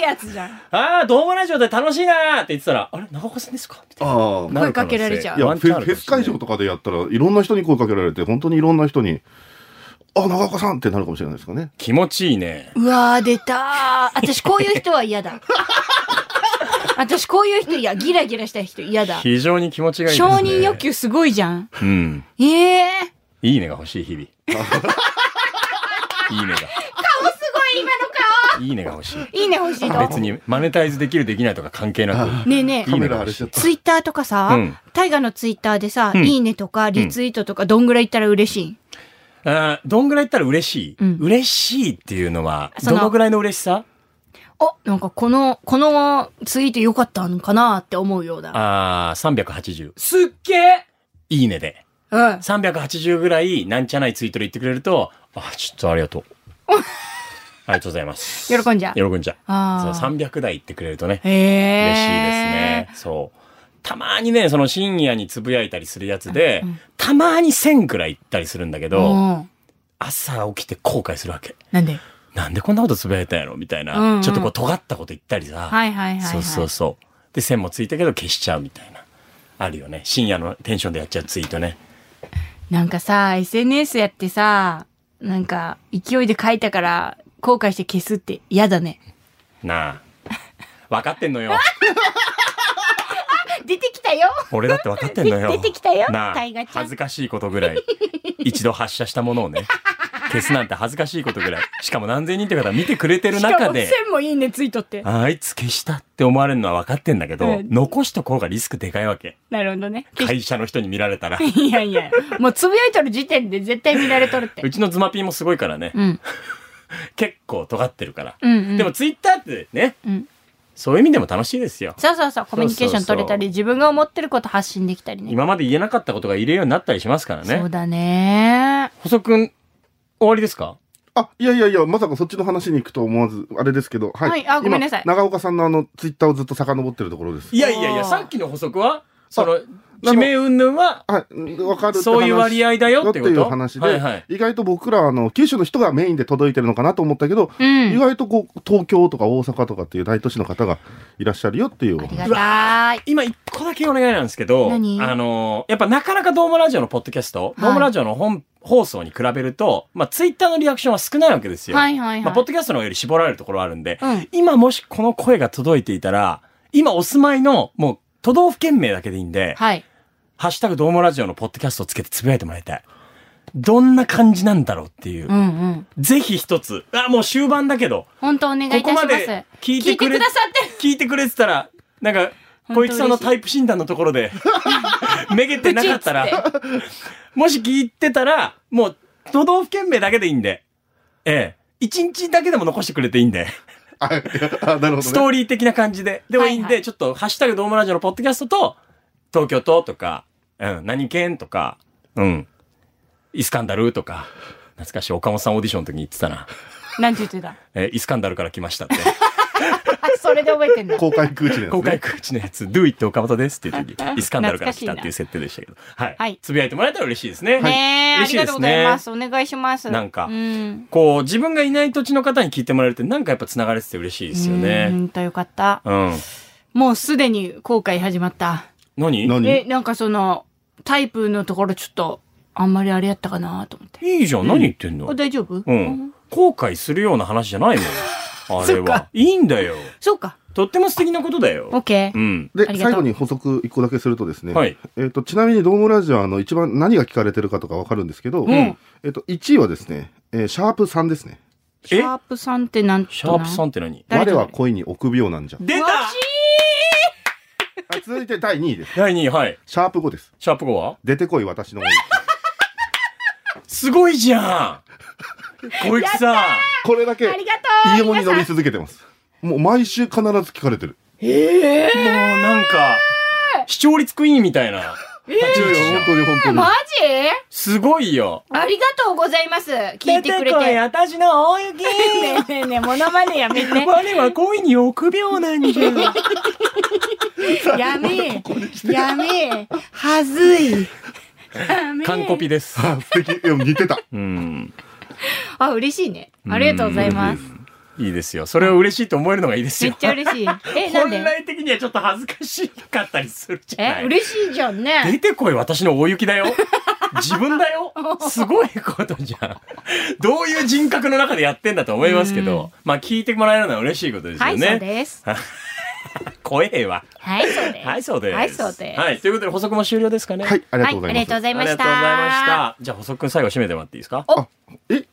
Speaker 2: えやつじゃん。
Speaker 1: ああ、ドーマラジオで楽しいなーって言ってたら、あれ、長岡さんですかみたいな。
Speaker 3: ああ。
Speaker 1: なる可能性
Speaker 2: 声かけられちゃう
Speaker 3: いや、フェフェス会場
Speaker 1: と
Speaker 3: とかでやったら、いろんな人に声かけられて、本当にいろんな人に、あ、長岡さんってなるかもしれないですかね。
Speaker 1: 気持ちいいね。
Speaker 2: うわー、出たー。私こういう人は嫌だ。私こういう人嫌。ギラギラした人嫌だ。
Speaker 1: 非常に気持ちがいいです
Speaker 2: 承
Speaker 1: ね。
Speaker 2: 認欲。求すごいじゃん。
Speaker 1: うん。
Speaker 2: ええー。
Speaker 1: いいねが欲し い日々。いいねが。
Speaker 2: 顔すごい、今の顔。
Speaker 1: いいねが欲しい。
Speaker 2: いいね、欲しい
Speaker 1: 別
Speaker 2: と。
Speaker 1: にマネタイズできるできないとか関係なく。
Speaker 2: ねえねえ
Speaker 1: い
Speaker 3: カ
Speaker 1: い。ね
Speaker 3: メラあれしちゃった。
Speaker 2: ツイッターとかさ、
Speaker 1: うん
Speaker 2: タイガのツイッターでさ、
Speaker 1: うん
Speaker 2: いいねとかリツイートとかどんぐらいいったら嬉しい、
Speaker 1: あーどんぐらい言ったら嬉しい、
Speaker 2: うん
Speaker 1: 嬉しいっていうのは、
Speaker 2: そ
Speaker 1: ど
Speaker 2: の
Speaker 1: のぐらいの嬉しさ
Speaker 2: お、なんかこの、このツイート良かったのかなって思うようだ。
Speaker 1: ああ、380。すっげえいいねで。
Speaker 2: うん。
Speaker 1: 380ぐらい、なんちゃないツイートで言ってくれると、あ、ちょっとありが とう。ありがとうございます。
Speaker 2: 喜んじゃう
Speaker 1: 喜んじゃう。そう
Speaker 2: ああ。
Speaker 1: 300台言ってくれるとね、
Speaker 2: へえ。
Speaker 1: 嬉しいですね。。そう。たまにね、その深夜につぶやいたりするやつで、
Speaker 2: うん
Speaker 1: たまに1000くらい行ったりするんだけど、
Speaker 2: うん。
Speaker 1: 朝起きて後悔するわけ。
Speaker 2: なんで
Speaker 1: なんでこんなことつぶやいたんやろみたいな、
Speaker 2: うんうん
Speaker 1: ちょっとこう尖ったこと言ったりさ、
Speaker 2: はいはいはい、はい。
Speaker 1: そうそうそう。で、線もついたけど消しちゃうみたいな。あるよね。深夜のテンションでやっちゃうツイートね。
Speaker 2: なんかさ、SNS やってさ、なんか勢いで書いたから後悔して消すって嫌だね。
Speaker 1: なあ。分かってんのよ。
Speaker 2: 出てきた よ
Speaker 1: 俺だって分かってんのよ。
Speaker 2: 出てきたよ
Speaker 1: なあ
Speaker 2: タイガちゃん
Speaker 1: 恥ずかしいことぐら い。一度発射したものをね。消すなんて恥ずかしいことぐらい。しかも何千人って方見てくれてる中で
Speaker 2: しか。も1000もいいねツイートって。
Speaker 1: あいつ消したって思われるのは分かってんだけど、
Speaker 2: うん
Speaker 1: 残しとこうがリスクでかいわけ。
Speaker 2: なるほどね。
Speaker 1: 会社の人に見られたら。
Speaker 2: いやいや、もうつぶやいとる時点で絶対見られとるって
Speaker 1: う。ちのズマピーもすごいからね。
Speaker 2: うん。
Speaker 1: 結構尖ってるから。
Speaker 2: うん、うん。
Speaker 1: でも、ツイッターってね、
Speaker 2: うん。
Speaker 1: そういう意味でも楽しいですよ。
Speaker 2: そうそうそう、コミュニケーション取れたり、自分が思ってること発信できたりね。
Speaker 1: 今まで言えなかったことが言えるようになったりしますから
Speaker 2: そう
Speaker 1: ね。
Speaker 2: だね。
Speaker 1: 細くん、終わりですか
Speaker 3: あ、いやいやいや、まさかそっちの話に行くと思わず、あれですけど、はい。
Speaker 2: はいあごめんなさい
Speaker 3: 今長岡さんのあの、ツイッターをずっと遡ってるところです。
Speaker 1: いやいやいや、
Speaker 2: おー
Speaker 1: さっきの補足は、その、
Speaker 3: か
Speaker 1: 地名云々は、
Speaker 3: はい、うんわかるって話
Speaker 1: そういう割合だよってこと
Speaker 3: いう話で、
Speaker 1: はいはい
Speaker 3: 意外と僕ら、あの、九州の人がメインで届いてるのかなと思ったけど、
Speaker 2: う
Speaker 3: 意
Speaker 2: ん。
Speaker 3: 外とこう、東京とか大阪とかっていう大都市の方がいらっしゃるよっていうお
Speaker 2: あ
Speaker 3: 話
Speaker 2: りがたい。
Speaker 1: 今一個だけお願いなんですけど、あ
Speaker 2: 何
Speaker 1: のー、やっぱなかなかドームラジオのポッドキャスト、
Speaker 2: い
Speaker 1: ドームラジオの本、放送に比べると、まあ、ツイッターのリアクションは少ないわけですよ。
Speaker 2: はいはい
Speaker 1: ま
Speaker 2: は
Speaker 1: あ、
Speaker 2: い。
Speaker 1: ポッドキャストの方より絞られるところはあるんで、
Speaker 2: うん。
Speaker 1: 今もしこの声が届いていたら、今お住まいの、もう、都道府県名だけでいいんで、
Speaker 2: はい。
Speaker 1: ハッシュタグドームラジオのポッドキャストをつけてつぶやいてもらいたい。どんな感じなんだろうっていう。
Speaker 2: うんうん。
Speaker 1: ぜひ一つ。あ、もう終盤だけど、
Speaker 2: 本当お願いいた
Speaker 1: ここ
Speaker 2: しま。
Speaker 1: ますで聞い
Speaker 2: 聞
Speaker 1: て
Speaker 2: い
Speaker 1: く
Speaker 2: てく
Speaker 1: れ
Speaker 2: だ、さってる。
Speaker 1: 聞いてくれてたら、なんか、
Speaker 2: 本当
Speaker 1: 小池さんのタイプ診断のところ で、めげてなかったら、もし聞いてたら、もう、都道府県名だけでいいんで、ええ、一日だけでも残してくれていいんで。
Speaker 3: あい やあなるほ
Speaker 1: スト
Speaker 3: どね。
Speaker 1: ーリー的な感じで。でもいいんで、
Speaker 2: はいはい
Speaker 1: ちょっと、ハッシュタグドームラジオのポッドキャストと、東京都とか、うん、何県とか、うん、イスカンダルとか、懐かしい岡本さんオーディションの時に言ってたな。
Speaker 2: なんて言ってた
Speaker 1: えーイスカンダルから来ましたって。
Speaker 2: あ、それで覚えて んだ。
Speaker 3: 公開空地で、ね。
Speaker 1: 公開空地のやつ、Do It 岡本ですっていう時、イスカンダルから来たっ
Speaker 2: 懐かしいな
Speaker 1: ていう設定でしたけど。はい。
Speaker 2: はい
Speaker 1: つぶやいてもらえたら嬉しいですね。
Speaker 2: ねえ、あ
Speaker 1: 嬉しい
Speaker 2: りが
Speaker 1: で
Speaker 2: とう
Speaker 1: す
Speaker 2: ござい
Speaker 1: ね
Speaker 2: ま。す。お願いします。
Speaker 1: なんか
Speaker 2: うん。
Speaker 1: こう、自分がいない土地の方に聞いてもらえるって、なんかやっぱ繋がれてて嬉しいですよ
Speaker 2: う
Speaker 1: ね。
Speaker 2: んとよかった。
Speaker 1: うん。
Speaker 2: もうすでに後悔始まった。
Speaker 1: 何
Speaker 2: え、
Speaker 3: 何
Speaker 2: なんかその、タイプのところちょっと、あんまりあれやったかなと思って。
Speaker 1: いいじゃん。何言ってんの
Speaker 2: あ、大丈夫
Speaker 1: うん。。後悔するような話じゃないもん。あれ
Speaker 2: そっか
Speaker 1: は。いいんだよ。
Speaker 2: そうか。
Speaker 1: とっても素敵なことだ
Speaker 2: オッ
Speaker 1: よ。
Speaker 2: ケ
Speaker 1: う
Speaker 2: ー。
Speaker 1: ん。
Speaker 2: あ
Speaker 3: で、
Speaker 2: りがとう
Speaker 3: 最後に補足一個だけするとですね、
Speaker 1: はい。
Speaker 3: えっ、と、ちなみにドームラジオは、あの、一番何が聞かれてるかとかわかるんですけど、
Speaker 1: ん
Speaker 3: えっ、と、1位はですね、えーシャープ3ですね。
Speaker 2: シャープさんってなんとな
Speaker 1: シャープさんって何
Speaker 2: 誰
Speaker 3: 我
Speaker 2: だ
Speaker 3: は恋に臆病なんじゃ。
Speaker 1: 出た
Speaker 2: 惜し
Speaker 3: あ続いて第2位です。
Speaker 1: 第2位、はい。
Speaker 3: シャープ5です。
Speaker 1: シャープ5は
Speaker 3: 出てこい私の鬼。
Speaker 1: すごいじゃん小雪さん。
Speaker 3: これだけ
Speaker 2: ありがとう
Speaker 3: いいもに乗り続けてますもう毎週必ず聞かれてる
Speaker 2: ええ
Speaker 1: もうなんか、視聴率クイーンみたいな。立ち
Speaker 3: い
Speaker 1: 位
Speaker 3: や
Speaker 1: 置じゃ
Speaker 3: い
Speaker 1: ん
Speaker 3: や本当に本当に
Speaker 2: マジ
Speaker 1: すごいよ。
Speaker 2: ありがとうございます。聞いてくれて。ね
Speaker 1: 私の大雪。
Speaker 2: えねえねえ、モノマネやめて。
Speaker 1: 我は恋に臆病なんじゃ。
Speaker 2: やめえ。やめえ。はずい。やめ え
Speaker 1: 完コピです。
Speaker 3: あ素敵いや似てた
Speaker 1: うん。
Speaker 2: あ、嬉しいね。ありがとうございます。
Speaker 1: いいですよ。それを嬉しいと思えるのがいいです
Speaker 2: めっ
Speaker 1: よ。
Speaker 2: ちゃ嬉しい。え、なん
Speaker 1: 本
Speaker 2: で
Speaker 1: 来的にはちょっと恥ずかしかったりするじゃな
Speaker 2: え、
Speaker 1: い。
Speaker 2: 嬉しいじゃん
Speaker 1: 出
Speaker 2: ね。
Speaker 1: てこい私の大雪だよ。 自分だよ。すごいことじゃん。どういう人格の中でやってんだと思いますけど、まあ聞いてもらえるのは嬉しいことです
Speaker 2: は
Speaker 1: よ
Speaker 2: い、そう
Speaker 1: ね。
Speaker 2: です。
Speaker 1: 怖えわ。
Speaker 2: はい、そうです。
Speaker 1: はい、そうです。
Speaker 2: はい、そうです。
Speaker 1: はい、ということで補足も終了ですかね。
Speaker 3: はいありがとうご
Speaker 2: はい
Speaker 3: ざ
Speaker 2: あ
Speaker 3: い
Speaker 2: り
Speaker 3: ま
Speaker 2: が
Speaker 3: す、
Speaker 2: とうござ
Speaker 1: あ
Speaker 2: い
Speaker 1: りがと
Speaker 2: ま
Speaker 1: うご
Speaker 2: し。
Speaker 1: ざいましたた。じゃあ補足くん最後締めてもらっていいですか。
Speaker 2: お
Speaker 3: え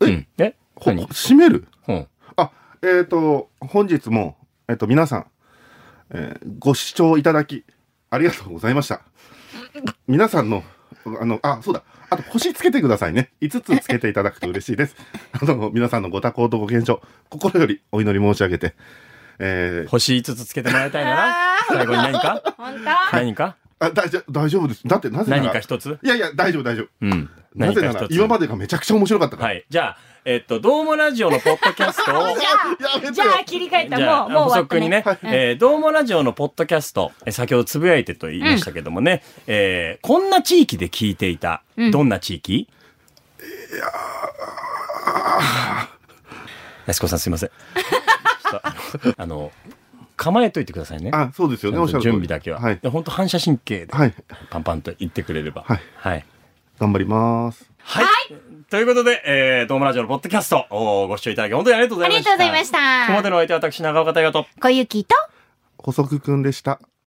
Speaker 1: うんえ、
Speaker 3: ほ
Speaker 1: 何
Speaker 3: 閉める
Speaker 1: うん
Speaker 3: あえっ、と本日もえっ、と皆さん、えーご視聴いただきありがとうございました皆さんのあのあそうだあと星つけてくださいね5つつけていただくと嬉しいです あの皆さんのご多幸とご健勝心よりお祈り申し上げてえー
Speaker 1: 星5つつけてもらいたいな
Speaker 2: あ。ー
Speaker 1: 最後に何か
Speaker 2: 本
Speaker 1: 何か
Speaker 3: あ大丈夫大丈夫ですだってなぜなら
Speaker 1: 何か一つ
Speaker 3: いやいや大丈夫大丈夫
Speaker 1: うん。
Speaker 3: なぜな
Speaker 1: 何から一つ
Speaker 3: 今までがめちゃくちゃ面白かったから、
Speaker 1: はい。じゃあ、えっと、どうもラジオのポッドキャストを。
Speaker 3: やめ
Speaker 2: 当
Speaker 3: て
Speaker 2: じゃあ、切り替え た。
Speaker 1: じゃ
Speaker 2: も
Speaker 1: あ
Speaker 2: う、もう
Speaker 1: 補
Speaker 2: 終わった
Speaker 1: 足にね、
Speaker 3: はい
Speaker 1: えーどうもラジオのポッドキャスト、えー先ほどつぶやいてと言いましたけどもね、えーこんな地域で聞いていた、
Speaker 2: うん
Speaker 1: どんな地域安子さんすいません。ちょっとあのあの、構えといてくださいね。
Speaker 3: あそうですよねおっしゃる通
Speaker 1: 準
Speaker 3: り
Speaker 1: 備だけは。
Speaker 3: はい
Speaker 1: で本当反射神経で、
Speaker 3: はい
Speaker 1: パンパンと言ってくれれば。
Speaker 3: はい
Speaker 1: はい
Speaker 3: 頑張ります
Speaker 1: はい。ということで、えー、ドームラジオのポッドキャスト、おーご視聴いただき、本当にありがとうございました。
Speaker 2: ありがとうございました
Speaker 1: ここまでのお相手は私、長岡大和と。
Speaker 2: 小雪と、
Speaker 3: 細くくんでした